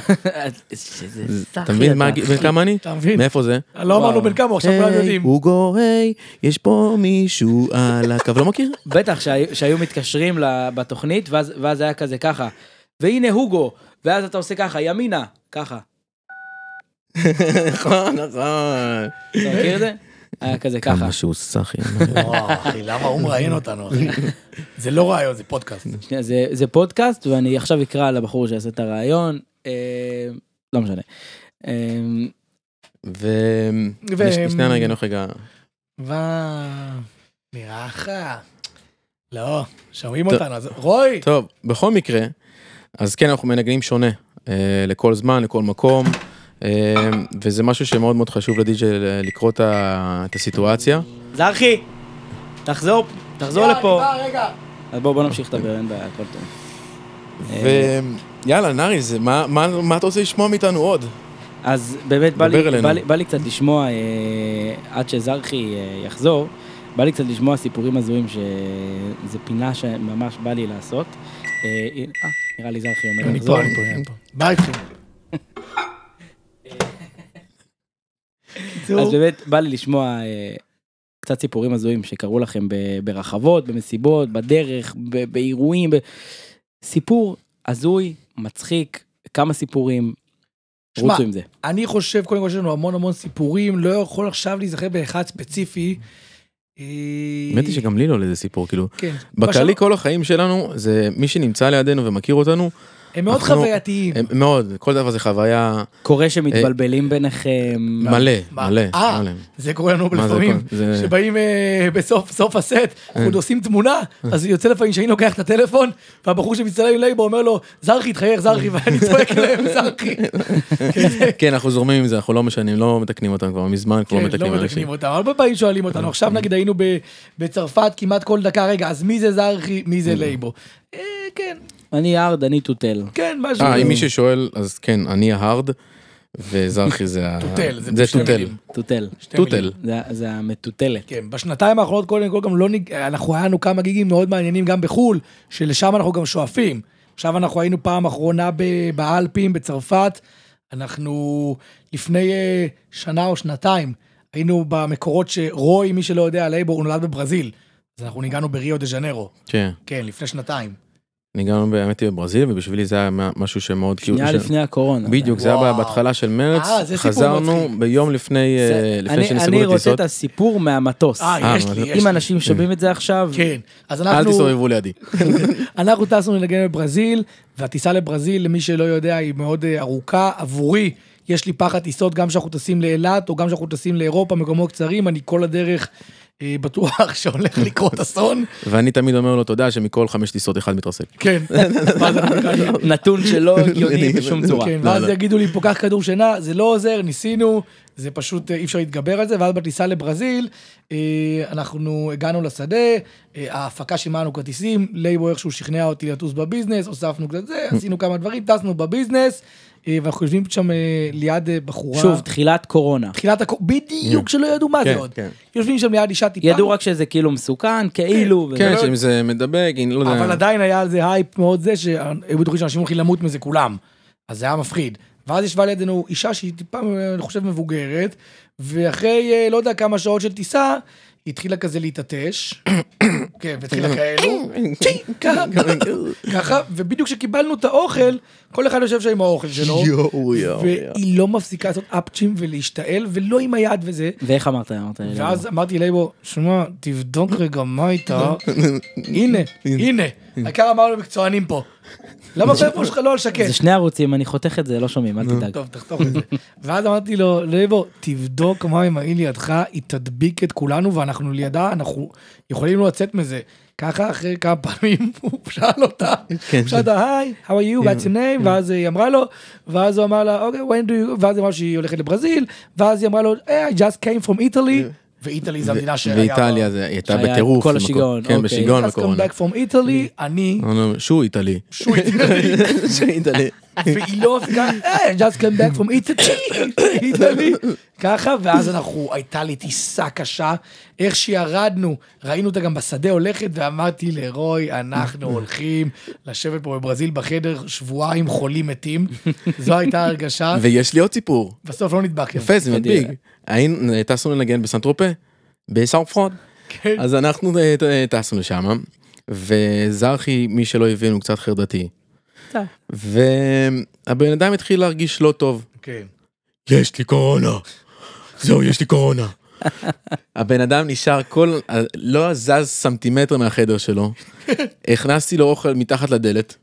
שזה סחי אתה מבין מה אתה. הגיל- בן כמה אני? אתה מבין? מאיפה זה? לא אמרנו בן כמה, עכשיו כולם היי, אה, יודעים. הוגו היי יש פה מישהו על הקו לא מכיר? בטח שהיו, שהיו מתקשרים ל- בתוכנית, ואז, ואז היה כזה ככה. והנה הוגו, ואז אתה עושה ככה, ימינה, ככה. *laughs* נכון נכון. אתה מכיר *laughs* את זה? היה כזה ככה. כמה שהוא סאחי. וואו, אחי, למה הוא מראיין אותנו, אחי? זה לא ראיון, זה פודקאסט. שנייה, זה, אה, זה פודקאסט, ואני עכשיו אקרא לבחור שיעשה את הרעיון. אה, לא משנה. אה, ו... ו- שנייה רגע נוח רגע. וואו, נראה לך. לא, שומעים טוב. אותנו, אז רוי, טוב, בכל מקרה, אז כן, אנחנו מנגנים שונה, אה, לכל זמן, לכל מקום, אה, וזה משהו שמאוד מאוד חשוב לדי-ג'יי ל- לקרוא את ה- את הסיטואציה. זרחי, תחזור, תחזור יאללה, לפה. ניבה, רגע. אז בואו בוא נמשיך לדבר, אין בעיה, הכל טוב. ויאללה, נארי, אה, זה- מה- מה מה אתה רוצה לשמוע מאיתנו עוד? אז באמת בא דבר לי, אלינו. בא, לי, בא לי קצת לשמוע, אה, עד שזרחי אה, יחזור, בא לי קצת לשמוע סיפורים הזויים, שזו פינה שממש בא לי לעשות. אה, הנה- אה, נראה לי זרחי עומד אני לחזור. פה, אני פה, אני פה. ביי איתכם. אז קיצור, באמת בא לי לשמוע אה, קצת סיפורים הזויים שקרו לכם ב- ברחבות, במסיבות, בדרך, ב- באירועים. ב- סיפור הזוי, מצחיק, כמה סיפורים, שמע, רוצו עם זה. אני חושב, קודם כל, יש לנו המון המון סיפורים, לא יכול עכשיו להיזכר באחד ספציפי. אה, האמת היא שגם לי לא עולה איזה סיפור, כאילו, כן. בקהלי בשלום- כל החיים שלנו, זה מי שנמצא לידינו ומכיר אותנו, הם מאוד אנחנו- חווייתיים. הם- מאוד, כל דבר זה חוויה קורה שמתבלבלים ביניכם. מלא, אה, מה? מלא, אה, מלא. זה קורה לנו מה זה לפעמים, כל- זה- אה. שבאים אה, בסוף סוף הסט, אנחנו עוד עושים תמונה, אז יוצא לפעמים שאני לוקח את הטלפון, והבחור שמצטלם עם לייבו אומר לו, זרחי, תחייך זרחי, ואני צועק להם, *laughs* זרחי. כן, אנחנו זורמים עם זה, אנחנו לא משנים, לא מתקנים אותם כבר מזמן, כבר כן, מתקנים לא אנשים. מתקנים אותם, הרבה פעמים שואלים אותנו, עכשיו נגיד היינו ב- בצרפת כמעט כל דקה, רגע, אז מי זה זרחי, מי זה לייבו? אה, כן, אני ארד, אני טוטל. כן, משהו. אה, אם מי ששואל, אז כן, אני ההארד, וזרחי זה ה... טוטל, זה בשתי מילים. טוטל. טוטל. זה- זה המטוטלת. כן, בשנתיים האחרונות קודם כל גם לא ניג... אנחנו היה לנו כמה גיגים מאוד מעניינים גם בחו"ל, שלשם אנחנו גם שואפים. עכשיו אנחנו היינו פעם אחרונה ב... באלפים, בצרפת. אנחנו לפני אה, שנה או שנתיים היינו במקורות שרוי, מי שלא יודע, לייבו, הוא נולד בברזיל. אז אנחנו ניגענו בריו דה ז'נרו. כן. כן, לפני שנתיים. אני גם באמת הייתי בברזיל, ובשבילי זה היה מה- משהו שמאוד כאילו... שנייה ש- לפני הקורונה. בדיוק, זה היה וואו. בהתחלה של מרץ, אה, זה סיפור חזרנו מצחיק. ביום לפני אה, זה- לפני אני- שנסגרו אני את רוצה הטיסות. את הסיפור מהמטוס. אה, יש לי, אה, יש אם לי. אנשים שומעים את זה עכשיו, כן. אז אל אנחנו... תסתובבו לידי. אנחנו טסנו לנגן בברזיל, והטיסה לברזיל, למי שלא יודע, היא מאוד אה, ארוכה. עבורי, יש לי פחד טיסות גם כשאנחנו טסים לאילת, או גם כשאנחנו טסים לאירופה, מקומות קצרים, אני כל הדרך אה, בטוח *laughs* שהולך לקרות אסון. ואני תמיד אומר לו תודה שמכל חמש טיסות אחד מתרסק. כן. מה זה *laughs* נקרא? נתון *laughs* שלא הגיוני בשום צורה. כן, לא, ואז לא. יגידו לי פה קח כדור שינה, זה לא עוזר, ניסינו, זה פשוט אה, אי אפשר להתגבר על זה, ואז בטיסה לברזיל, אה, אנחנו הגענו לשדה, אה, ההפקה שימענו כרטיסים, לייבו איכשהו שכנע אותי לטוס בביזנס, הוספנו קצת *laughs* זה, עשינו כמה דברים, טסנו בביזנס, אה, ואנחנו יושבים שם אה, ליד אה, בחורה. שוב, תחילת קורונה. תחילת הכל, בדיוק, שלא ידעו מה זה כן, עוד. כן. יושבים שם ליד אישה טיפה, ידעו רק שזה כאילו מסוכן, כאילו, וזה- כן, שאם זה מדבק, אני לא יודע. אבל עדיין היה על זה הייפ מאוד זה, שהיו בטוחים שאנשים הולכים למות מזה כולם. אז זה היה מפחיד. ואז ישבה לידינו אישה שהיא טיפה, אני חושב, מבוגרת, ואחרי אה, לא יודע כמה שעות של טיסה, היא התחילה כזה להתעטש. *coughs* כן, והתחילה כאלו. צ'י, ככה, ככה, ובדיוק כשקיבלנו את האוכל, כל אחד יושב שם עם האוכל שלו. יואו, יואו, והיא לא מפסיקה לעשות אפצ'ים ולהשתעל, ולא עם היד וזה. ואיך אמרת? אמרת לא. לי, ואז אמרתי לייבו, שמע, תבדוק רגע מה איתה. הנה, הנה, העיקר אמרנו מקצוענים פה. למה הפרפור שלך לא על שקט? זה שני ערוצים, אני חותך את זה, לא שומעים, אל תדאג. טוב, תחתוך את זה. ואז אמרתי לו, לייבו, תבדוק מה עם האי לידך, היא תדביק את כולנו, ואנחנו לידה, אנחנו יכולים לא לצאת מזה. ככה אחרי כמה פעמים *laughs* הוא שאל אותה, כן. הוא שאל אותה, היי, how are you, what's your name, ואז היא אמרה לו, ואז הוא אמר לה, אוקיי, when do you, ואז היא אמרה שהיא הולכת לברזיל, ואז היא אמרה לו, "Hey, I just came from Italy, ואיטלי זה המדינה שהיה... ואיטליה זה- היא הייתה שהיה בטירוף. כל במקור- השיגעון, כן, אוקיי. בשיגעון just come בקורונה. back from Italy, אני, אמרנו, שהוא איטלי. שהוא איטלי, *laughs* שהוא איטלי. *laughs* והיא לא מפסיקה, "Hey, I just come back from Italy, *laughs* איטלי, ככה, ואז אנחנו, הייתה לי טיסה קשה, איך שירדנו, ראינו אותה גם בשדה הולכת, ואמרתי לרוי, *laughs* אנחנו הולכים לשבת פה בברזיל בחדר שבועיים חולים מתים, זו הייתה הרגשה, ויש לי עוד סיפור. בסוף לא נדבקנו. יפה, זה מדביק. היינו- אה, טסנו לנגן בסן טרופה, בסאופרוד. כן, אז אנחנו אה, ט- אה, טסנו לשם, וזרחי, מי שלא הבין, הוא קצת חרדתי. קצת. והבן אדם התחיל להרגיש לא טוב. כן. יש לי קורונה. זהו, יש לי קורונה. הבן אדם נשאר כל, לא זז סמטימטר מהחדר *laughs* שלו. הכנסתי לו אוכל מתחת לדלת.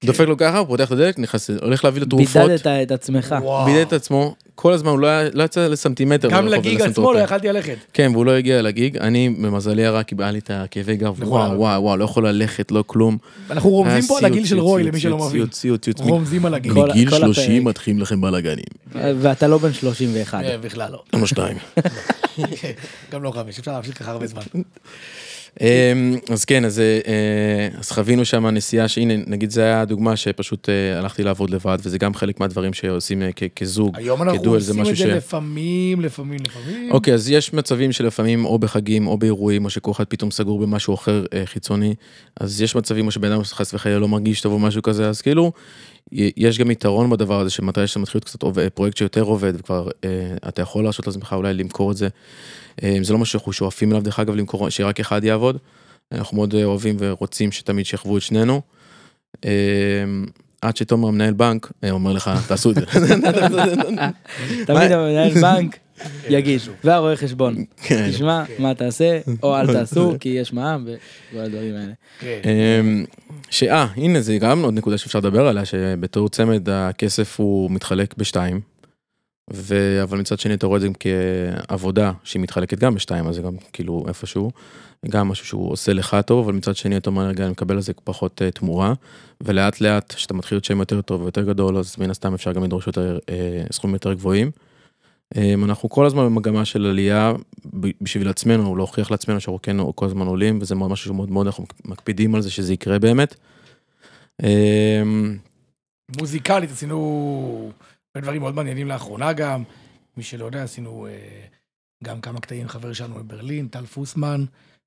כן. דופק לו ככה, הוא פותח את הדלת, נכנס, הולך להביא לו תרופות. בידדת את עצמך. וואו. בידד אה, את עצמו. כל הזמן הוא לא היה- לא יצא לסמטימטר. גם מהרחוב לגיג ולסנטרופיה. עצמו לא יכלתי ללכת. כן, והוא לא הגיע לגיג. אני, במזלי הרע, כי היה לי את הכאבי גב. וואו, וואו, וואו, לא יכול ללכת, לא כלום. אנחנו נכון. רומזים היה פה על הגיל אה, ציוץ, של ציוץ, רוי, ציוץ, למי שלא ציוץ, מבין. ציוץ, ציוץ, ציוץ. רומזים על הגיל. כל- כל הפרק. מתחילים *laughs* לכם בלאגנים. ואתה לא בן 31. אה, בכלל לא. למה שניים? גם לא חמש, אפשר להמשיך ככה הרבה זמן. אמ, אז כן, אז, אה, אה, אז חווינו שם נסיעה שהנה, נגיד זו הייתה הדוגמה שפשוט אה, הלכתי לעבוד לבד, וזה גם חלק מהדברים שעושים אה, כ- כזוג, היום אנחנו כדואל, זה עושים את משהו ש... זה לפעמים, לפעמים, לפעמים. אוקיי, אז יש מצבים שלפעמים או בחגים או באירועים, או שכל אחד פתאום סגור במשהו אחר אה, חיצוני, אז יש מצבים או שבן אדם חס וחלילה לא מרגיש טוב או משהו כזה, אז כאילו, י- יש גם יתרון בדבר הזה, שמתי שאתה מתחיל להיות קצת עובד, אה, פרויקט שיותר עובד, וכבר אה, אתה יכול להרשות לעצמך אולי למכור את זה. אה, זה לא משהו שאנחנו שואפים אליו, דרך אגב, למכור, שרק אחד יעבוד. אנחנו מאוד אה, אוהבים ורוצים שתמיד שיחוו את שנינו. אה, עד שתומר המנהל בנק אה, אומר לך, תעשו את זה. תמיד המנהל *laughs* בנק כן, יגיד, והרואה חשבון, כן. תשמע מה תעשה, או *laughs* אל תעשו, כי יש מע"מ וכל הדברים האלה. כן. אמ, שאה, הנה זה גם עוד נקודה שאפשר לדבר עליה, שבתור צמד הכסף הוא מתחלק בשתיים, ו... אבל מצד שני אתה רואה את זה גם כעבודה שהיא מתחלקת גם בשתיים, אז זה גם כאילו איפשהו, גם משהו שהוא עושה לך טוב, אבל מצד שני אתה אומר, רגע, אני מקבל על זה פחות אה, תמורה, ולאט לאט, כשאתה מתחיל להיות שם יותר טוב ויותר גדול, אז מן הסתם אפשר גם לדרוש יותר, אה, סכומים יותר גבוהים. אמ, אנחנו כל הזמן במגמה של עלייה ב- בשביל עצמנו, להוכיח לעצמנו שאנחנו כן כל הזמן עולים, וזה מאוד- משהו שמאוד מאוד אנחנו מקפידים על זה שזה יקרה באמת. אמ, מוזיקלית עשינו הרבה דברים מאוד מעניינים לאחרונה גם. מי שלא יודע, עשינו אה, גם כמה קטעים עם חבר שלנו בברלין, טל פוסמן,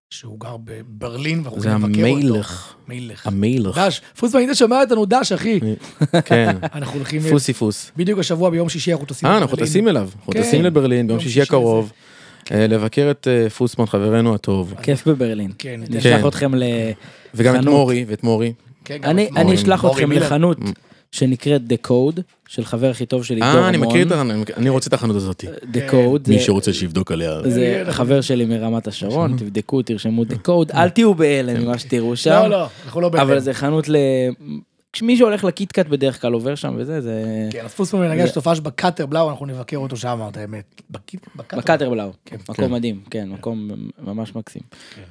שהוא גר בברלין, ואנחנו זה הולכים לבקר אותו. המלך, מיילך. המלך, דש, פוסמן, אם אתה שומע אותנו, דש, אחי. *laughs* כן, אנחנו הולכים... פוסי פוס. בדיוק השבוע ביום שישי אנחנו טסים אה, אנחנו טסים אליו, אנחנו כן. טסים לברלין ביום שישי שישי הקרוב, אה, לבקר את אה, פוסמן חברנו הטוב, כיף בברלין. כן, נשלח אתכם ל... וגם את אה, חנות. מורי, ואת מורי, כן, גם אני את אני מורי- אשלח מורי אתכם מילר. לחנות שנקראת The Code, של חבר הכי טוב שלי, דורון. אה, אני מכיר את החנות, אני רוצה את החנות הזאת. The Code. מי אה, זה- שרוצה שיבדוק עליה. זה חבר שלי מרמת השרון, תבדקו, תרשמו The Code, אל תהיו בהלם ממה שתראו שם. לא, לא, אנחנו לא בהלם. אבל זה חנות ל... כשמי שהולך לקיטקאט בדרך כלל עובר שם וזה, זה... כן, הפוסט מנגן שתופעה שבקאטר בלאו, אנחנו נבקר אותו שם, את האמת. בק- בקאטר בלאו, כן. מקום מדהים, כן, מקום ממש מקסים.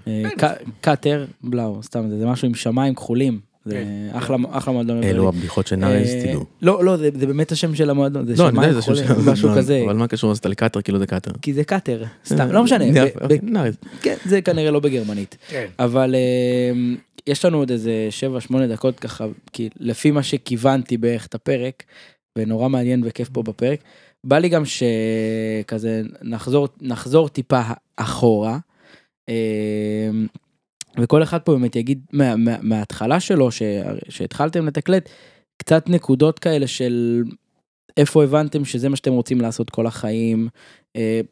אה, ק- קאטר בלאו, סתם, זה זה משהו עם שמיים כחולים. זה כן. אחלה אחלה מועדון. אלו בברלין. הבדיחות של נאריז, אה, תדעו. לא, לא, זה זה באמת השם של המועדון, זה לא, אני יודע, שמיים זה שם כחולים, של... משהו לא, כזה. אבל מה קשור אז לקאטר, כאילו זה קאטר. כי זה קאטר, סתם, לא *laughs* משנה. אה, ב- אוקיי, ב- נאריז. כן, זה כנראה לא בגרמנית. כן. אבל אה, יש לנו עוד איזה 7-8 דקות ככה, כי לפי מה שכיוונתי בערך את הפרק, ונורא מעניין וכיף פה בפרק, בא לי גם שכזה נחזור, נחזור טיפה אחורה, אה, וכל אחד פה באמת יגיד מה, מה, מההתחלה שלו, ש, שהתחלתם לתקלט, קצת נקודות כאלה של איפה הבנתם שזה מה שאתם רוצים לעשות כל החיים.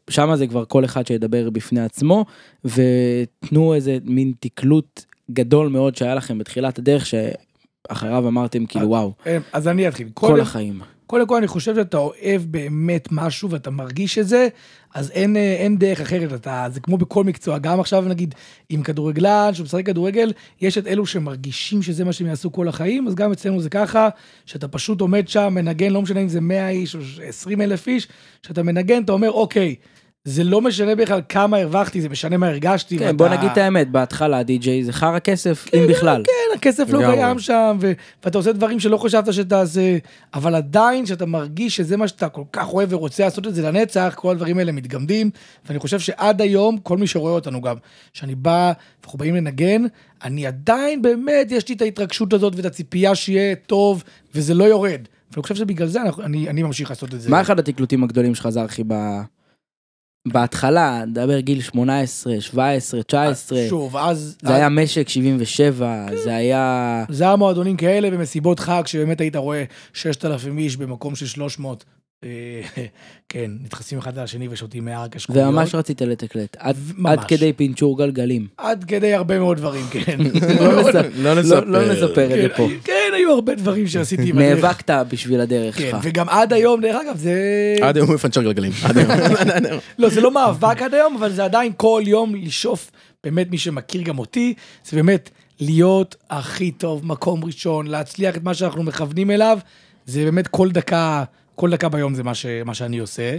שם זה כבר כל אחד שידבר בפני עצמו, ותנו איזה מין תקלוט גדול מאוד שהיה לכם בתחילת הדרך, שאחריו אמרתם כאילו וואו, אה, אז אני אתחיל. כל החיים. קודם כל אני חושב שאתה אוהב באמת משהו ואתה מרגיש את זה, אז אין, אה, אין דרך אחרת, אתה, זה כמו בכל מקצוע, גם עכשיו נגיד עם כדורגלן שמשחק כדורגל, יש את אלו שמרגישים שזה מה שהם יעשו כל החיים, אז גם אצלנו זה ככה, שאתה פשוט עומד שם, מנגן, לא משנה אם זה 100 איש או 20 אלף איש, שאתה מנגן, אתה אומר אוקיי, זה לא משנה בכלל כמה הרווחתי, זה משנה מה הרגשתי. כן, ואתה- בוא נגיד את האמת, בהתחלה הדי-ג'יי זה חרא כסף, אם בכלל. כן, הכסף לא לגמרי. קיים שם, ו- ואתה עושה דברים שלא חשבת שתעשה, אבל עדיין שאתה מרגיש שזה מה שאתה כל כך אוהב ורוצה לעשות את זה לנצח, כל הדברים האלה מתגמדים, ואני חושב שעד היום, כל מי שרואה אותנו גם, שאני בא, אנחנו באים לנגן, אני עדיין באמת, יש לי את ההתרגשות הזאת ואת הציפייה שיהיה טוב, וזה לא יורד. ואני חושב שבגלל זה אנחנו- אני אני ממשיך לעשות את זה. מה אחד התקלוטים הגדולים שלך, זרחי, ב- בהתחלה, נדבר גיל 18, 17, 19, אה, שוב, אה, כן. אז... זה היה משק 77, זה היה... זה היה מועדונים כאלה במסיבות חג, שבאמת היית רואה 6,000 איש במקום של 300. אה, *laughs* כן, נדחסים אחד על השני ושותים מהערק השקוליות. וממש רצית לתקלט, עד- לא- ממש. עד כדי פינצ'ור גלגלים. עד כדי הרבה מאוד דברים, כן. לא נספר- לא לא- נספר. לא נספר את זה פה. *laughs* כן, היו הרבה דברים שעשיתי. עם הדרך. נאבקת בשביל הדרך כן, שלך. וגם עד היום, דרך אגב, זה... עד היום הוא מפנצ'ר גלגלים. עד היום. לא, זה לא מאבק עד היום, אבל זה עדיין כל יום לשאוף, באמת, מי שמכיר גם אותי, זה באמת להיות הכי טוב, מקום ראשון, להצליח את מה שאנחנו מכוונים אליו, זה באמת כל דקה, כל דקה ביום זה מה, ש, מה שאני עושה.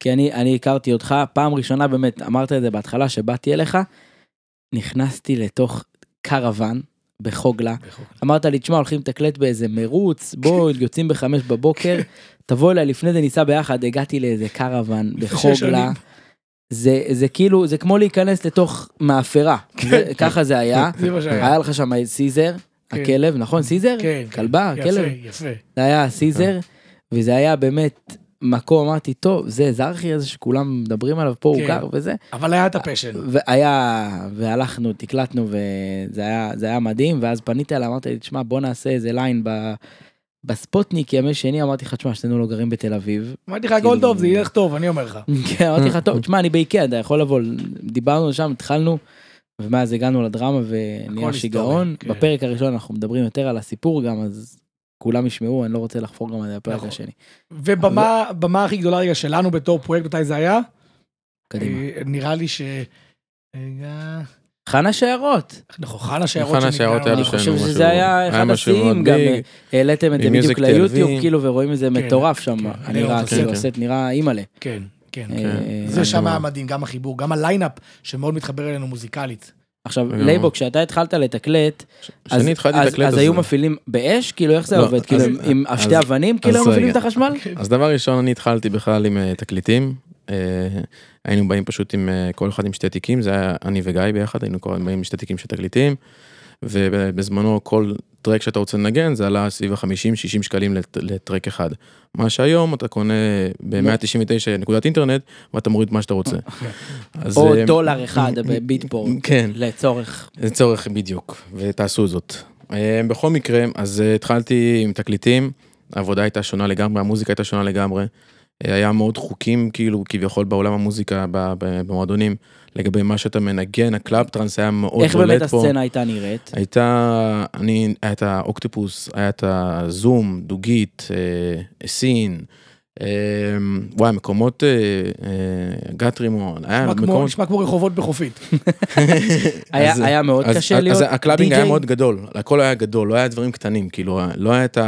כי אני, אני הכרתי אותך, פעם ראשונה באמת, אמרת את זה בהתחלה, שבאתי אליך, נכנסתי לתוך קרוון בחוגלה, אמרת לי, תשמע, הולכים לתקלט באיזה מרוץ, בוא, כן. יוצאים בחמש בבוקר, תבוא אליי, לפני זה ניסע ביחד, הגעתי לאיזה *laughs* קרוון בחוגלה. שנים. זה, זה כאילו, זה כמו להיכנס לתוך מאפרה, כן. זה- ככה זה *laughs* היה, זה מה שהיה. היה לך שם את סיזר, כן. הכלב, נכון? סיזר? כן, כלבה, יפה, כלב? יפה. זה היה סיזר, וזה היה באמת מקום, אמרתי, טוב, זה זרחי הזה שכולם מדברים עליו, פה הוא כן. גר וזה. אבל היה את הפשן. אה, והיה, והלכנו, תקלטנו, וזה היה, זה היה מדהים, ואז פנית אליי, אמרת לי, תשמע, בוא נעשה איזה ליין ב... בספוטניק ימי שני, אמרתי לך, תשמע, שנינו לא גרים בתל אביב. *laughs* אמרתי לך, כאילו- הכל טוב, זה ילך טוב, אני אומר לך. כן, אמרתי לך, *laughs* טוב, תשמע, אני באיקאה, אתה יכול לבוא, דיברנו שם, התחלנו, ומאז הגענו לדרמה ונהיה הכל שיגעון. היסטוריה, כן. בפרק הראשון אנחנו מדברים יותר על הסיפור גם, אז כולם ישמעו, אני לא רוצה לחפור גם על הפרק נכון. השני. ובמה לא- במה הכי גדולה רגע שלנו בתור פרויקט, מתי זה היה? קדימה. אה, נראה לי ש... רגע... חנה שיירות. נכון, חנה שיירות. נכון, שנגמר. השיירות היה אני לנו חושב משהו- שזה היה אחד משהו השיאים, גם, מדאיג. אה, העליתם את זה בדיוק עם מיוזיק תל ליוטיוב, אביב. כאילו, ורואים איזה כן, מטורף שם, כן, אני לא נראה, רוצה, כאילו, כן. הסט נראה אימא'לה. כן, כן. אה, כן. אה, זה שם היה גמור. מדהים, גם החיבור, גם הליינאפ שמאוד מתחבר אלינו מוזיקלית. עכשיו, לגמרי. לייבו, כשאתה התחלת לתקלט, אז- כשאני התחלתי אז- לתקלט, אז היו מפעילים באש? כאילו, איך זה לא, עובד? אז- כאילו, עם- עם אז- שתי אבנים, כאילו, הם רגע. מפעילים את החשמל? כן. אז דבר ראשון, אני התחלתי בכלל עם אה, תקליטים. אה, היינו באים פשוט עם אה, כל אחד עם שתי תיקים, זה היה אני וגיא ביחד, היינו כל הזמן באים עם שתי תיקים של תקליטים. ובזמנו כל טרק שאתה רוצה לנגן זה עלה סביב ה-50-60 שקלים לט- לטרק אחד. מה שהיום אתה קונה ב-199 נקודת אינטרנט ואתה מוריד מה שאתה *laughs* רוצה. אז, או אה, דולר *laughs* אחד בביטפורט, כן. לצורך. זה צורך בדיוק, ותעשו זאת. אה, בכל מקרה, אז אה, התחלתי עם תקליטים, העבודה הייתה שונה לגמרי, המוזיקה הייתה שונה לגמרי. אה, היה מאוד חוקים כאילו כביכול בעולם המוזיקה ב- ב- במועדונים לגבי מה שאתה מנגן הקלאב טראנס היה מאוד בולט איך פה. באמת הסצנה הייתה נראית? הייתה, אני, היה את האוקטופוס, היה את הזום, דוגית, אה, סין, אה, וואי, מקומות, אה, אה, גת רימון, היה נשמע כמו- מקומות, נשמע כמו רחובות בחופית. היה אז- היה מאוד אז- קשה אז- להיות אז הקלאבינג די.ג'יי? היה מאוד גדול, הכל היה גדול, לא היה דברים קטנים, כאילו, לא היה את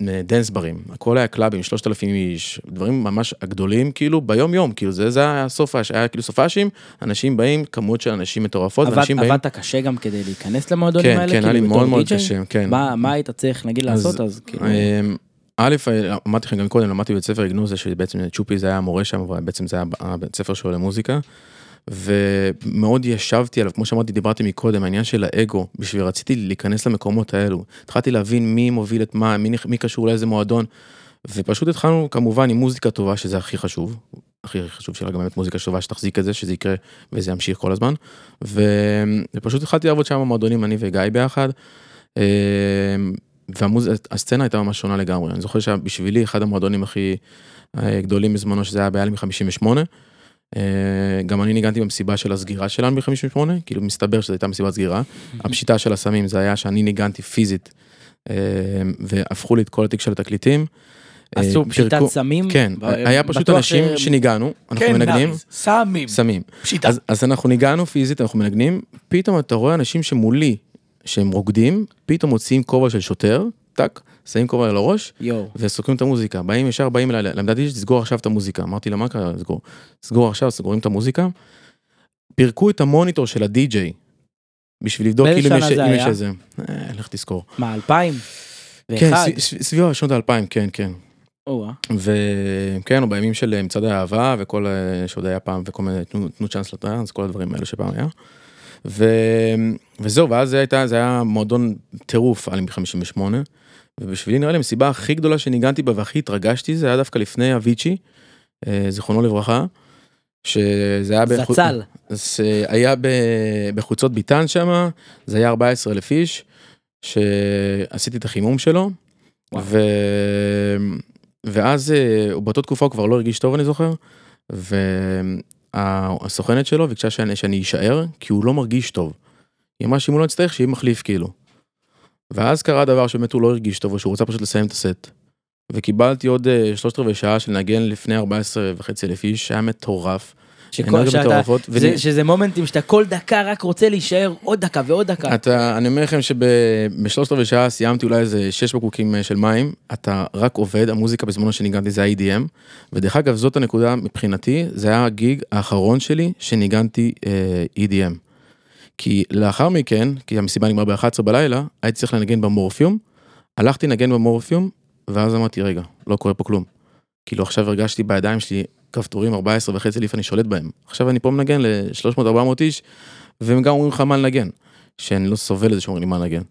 הדנס ברים, הכל היה קלאבים, 3,000 איש, דברים ממש הגדולים, כאילו, ביום יום, כאילו, זה, זה היה סופש, היה כאילו סופשים, אנשים באים, כמות של אנשים מטורפות, עבד- ואנשים באים... עבדת קשה גם כדי להיכנס למועדונים כן, האלה? כן, היה לי כאילו, בתור מאוד מאוד די.ג'יי? קשה, כן. מה מה היית צריך נגיד אז- לעשות אז? כאילו? אמ, א', אמרתי לכם גם קודם, למדתי בבית ספר הגנוזה, שבעצם צ'ופי זה היה המורה שם, אבל בעצם זה היה הבית ספר שלו למוזיקה. ומאוד ישבתי עליו, כמו שאמרתי, דיברתי מקודם, העניין של האגו, בשביל רציתי להיכנס למקומות האלו. התחלתי להבין מי מוביל את מה, מי, נכ- מי קשור לאיזה מועדון, ופשוט התחלנו כמובן עם מוזיקה טובה, שזה הכי חשוב, הכי חשוב שלה גם באמת מוזיקה טובה, שתחזיק את זה, שזה יקרה וזה ימשיך כל הזמן. ו- ופשוט התחלתי לעבוד שם במועדונים, אני וגיא ביחד. אמ, והסצנה הייתה ממש שונה לגמרי. אני זוכר שבשבילי אחד המועדונים הכי אה, גדולים בזמנו, שזה היה בעיה מ-58. אה, גם אני ניגנתי במסיבה של הסגירה שלנו ב-58, כאילו מסתבר שזו הייתה מסיבת סגירה. הפשיטה של הסמים זה היה שאני ניגנתי פיזית, אה, והפכו לי את כל התיק של התקליטים. אה, עשו פשיטת פירקו- סמים? כן, ב- היה פשוט בטוח אנשים ש- שניגענו, אנחנו כן, מנגנים, נאריז, סמים. סמים. פשיטה. אז, אז אנחנו ניגענו פיזית, אנחנו מנגנים, פתאום אתה רואה אנשים שמולי, שהם רוקדים, פתאום מוציאים כובע של שוטר, טאק, שמים כובע על הראש, יואו. וסוקרים את המוזיקה. באים ישר, באים אליי, למדתי שתסגור עכשיו את המוזיקה. אמרתי לה, מה קרה? סגור. סגור עכשיו, סוגרים את המוזיקה. פירקו את המוניטור של הדי-ג'יי, בשביל לבדוק באיזה כאילו אם שנה יש- זה אם יש היה? איזה... אה, לך תזכור. מה, אלפיים? כן, ואחד? אה. ס- ס- סביב שנות האלפיים, כן, כן. או-אה. וכן, או בימים של אה, מצעד האהבה וכל, אה, שעוד היה פעם, וכל מיני, תנו, תנו צ'אנס לטראנס, כל הדברים האלו שפעם היה. ו, וזהו, ואז זה, הייתה, זה היה מועדון טירוף על 58, ובשבילי נראה לי המסיבה הכי גדולה שניגנתי בה והכי התרגשתי, זה היה דווקא לפני אביצ'י, אה, זיכרונו לברכה, שזה היה... בחו- זצ"ל. שהיה אה, ב... בחוצות ביטן שם, זה היה 14 אלף איש, שעשיתי את החימום שלו, וואו. ו... ואז אה, הוא- באותה תקופה הוא כבר לא הרגיש טוב, אני זוכר, והסוכנת שלו ביקשה שאני, שאני אשאר, כי הוא לא מרגיש טוב. היא אמרה שאם הוא לא יצטרך, שיהיה מחליף כאילו. ואז קרה דבר שבאמת הוא לא הרגיש טוב, או שהוא רצה פשוט לסיים את הסט. וקיבלתי עוד אה, שלושת רבעי שעה של נגן לפני 14 וחצי אלף איש, שהיה מטורף. שכל- אנרגיות שאתה- מטורפות, זה- ונ- שזה מומנטים שאתה כל דקה רק רוצה להישאר עוד דקה ועוד דקה. אתה, אני אומר לכם שבשלושת רבעי שעה סיימתי אולי איזה שש בקבוקים אה, של מים, אתה רק עובד, המוזיקה בזמנו שניגנתי זה ה-EDM, ודרך אגב זאת הנקודה מבחינתי, זה היה הגיג האחרון שלי שניגנתי אה, EDM. כי לאחר מכן, כי המסיבה נגמרה ב-11 בלילה, הייתי צריך לנגן במורפיום, הלכתי לנגן במורפיום, ואז אמרתי, רגע, לא קורה פה כלום. כאילו עכשיו הרגשתי בידיים שלי כפתורים 14 וחצי ליף אני שולט בהם. עכשיו אני פה מנגן ל-300-400 איש, והם גם אומרים לך מה לנגן. שאני לא סובל את זה שאומרים לי מה לנגן.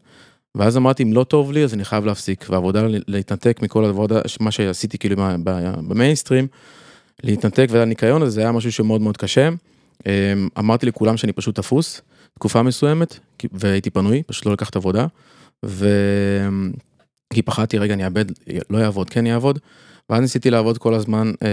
ואז אמרתי, אם לא טוב לי, אז אני חייב להפסיק. והעבודה, להתנתק מכל העבודה, מה שעשיתי כאילו מה- ב- במיינסטרים, להתנתק והניקיון הזה, זה היה משהו שמאוד מאוד קשה. אמ, אמרתי לכולם שאני פשוט תפוס, תקופה מסוימת, כי- והייתי פנוי, פשוט לא לקחת עבודה. ו... כי פחדתי, רגע, אני אאבד, לא יעבוד, כן יעבוד. ואז ניסיתי לעבוד כל הזמן אה,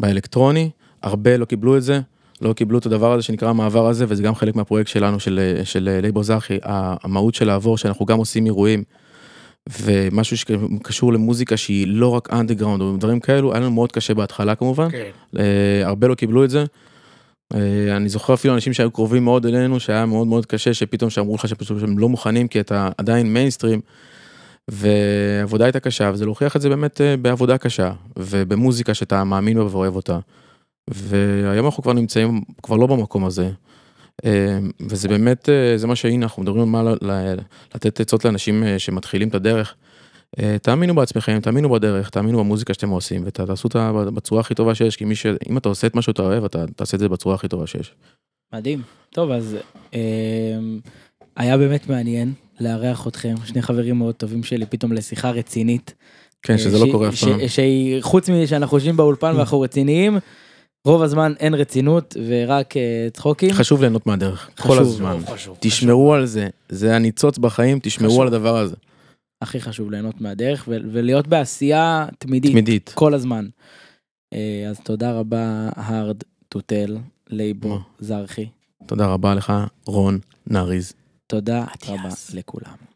באלקטרוני, הרבה לא קיבלו את זה, לא קיבלו את הדבר הזה שנקרא המעבר הזה, וזה גם חלק מהפרויקט שלנו, של, של אה, לייבור זרחי, ה- המהות של לעבור, שאנחנו גם עושים אירועים, ומשהו שקשור למוזיקה שהיא לא רק אנדרגראונד או דברים כאלו, היה לנו מאוד קשה בהתחלה כמובן, כן. אה, הרבה לא קיבלו את זה. אה, אני זוכר אפילו אנשים שהיו קרובים מאוד אלינו, שהיה מאוד מאוד קשה, שפתאום שאמרו לך שפשוט הם לא מוכנים, כי אתה עדיין מיינסטרים. ועבודה הייתה קשה, וזה להוכיח את זה באמת אה, בעבודה קשה, ובמוזיקה שאתה מאמין בה ואוהב אותה. והיום אנחנו כבר נמצאים, כבר לא במקום הזה. אה, וזה באמת, אה, זה מה שהנה, אנחנו מדברים על מה ל- ל- לתת עצות לאנשים אה, שמתחילים את הדרך. אה, תאמינו בעצמכם, תאמינו בדרך, תאמינו במוזיקה שאתם עושים, ותעשו אותה בצורה הכי טובה שיש, כי מי ש... אם אתה עושה את מה שאתה אוהב, אתה תעשה את זה בצורה הכי טובה שיש. מדהים. טוב, אז אמ, היה באמת מעניין לארח אתכם, שני חברים מאוד טובים שלי, פתאום לשיחה רצינית. כן, שזה ש- לא קורה אף ש- פעם. Mm. שהיא, חוץ מזה שאנחנו יושבים באולפן ואנחנו רציניים, רוב הזמן אין רצינות ורק אה, צחוקים. חשוב ליהנות מהדרך, כל חשוב. הזמן. חשוב. תשמרו על זה, זה הניצוץ בחיים, תשמרו חשוב. על הדבר הזה. הכי חשוב ליהנות מהדרך ו- ולהיות בעשייה תמידית, תמידית. כל הזמן. אה, אז תודה רבה, הארד טוטל, לייבו מה? זרחי. תודה רבה לך, רון נריז. תודה רבה לכולם.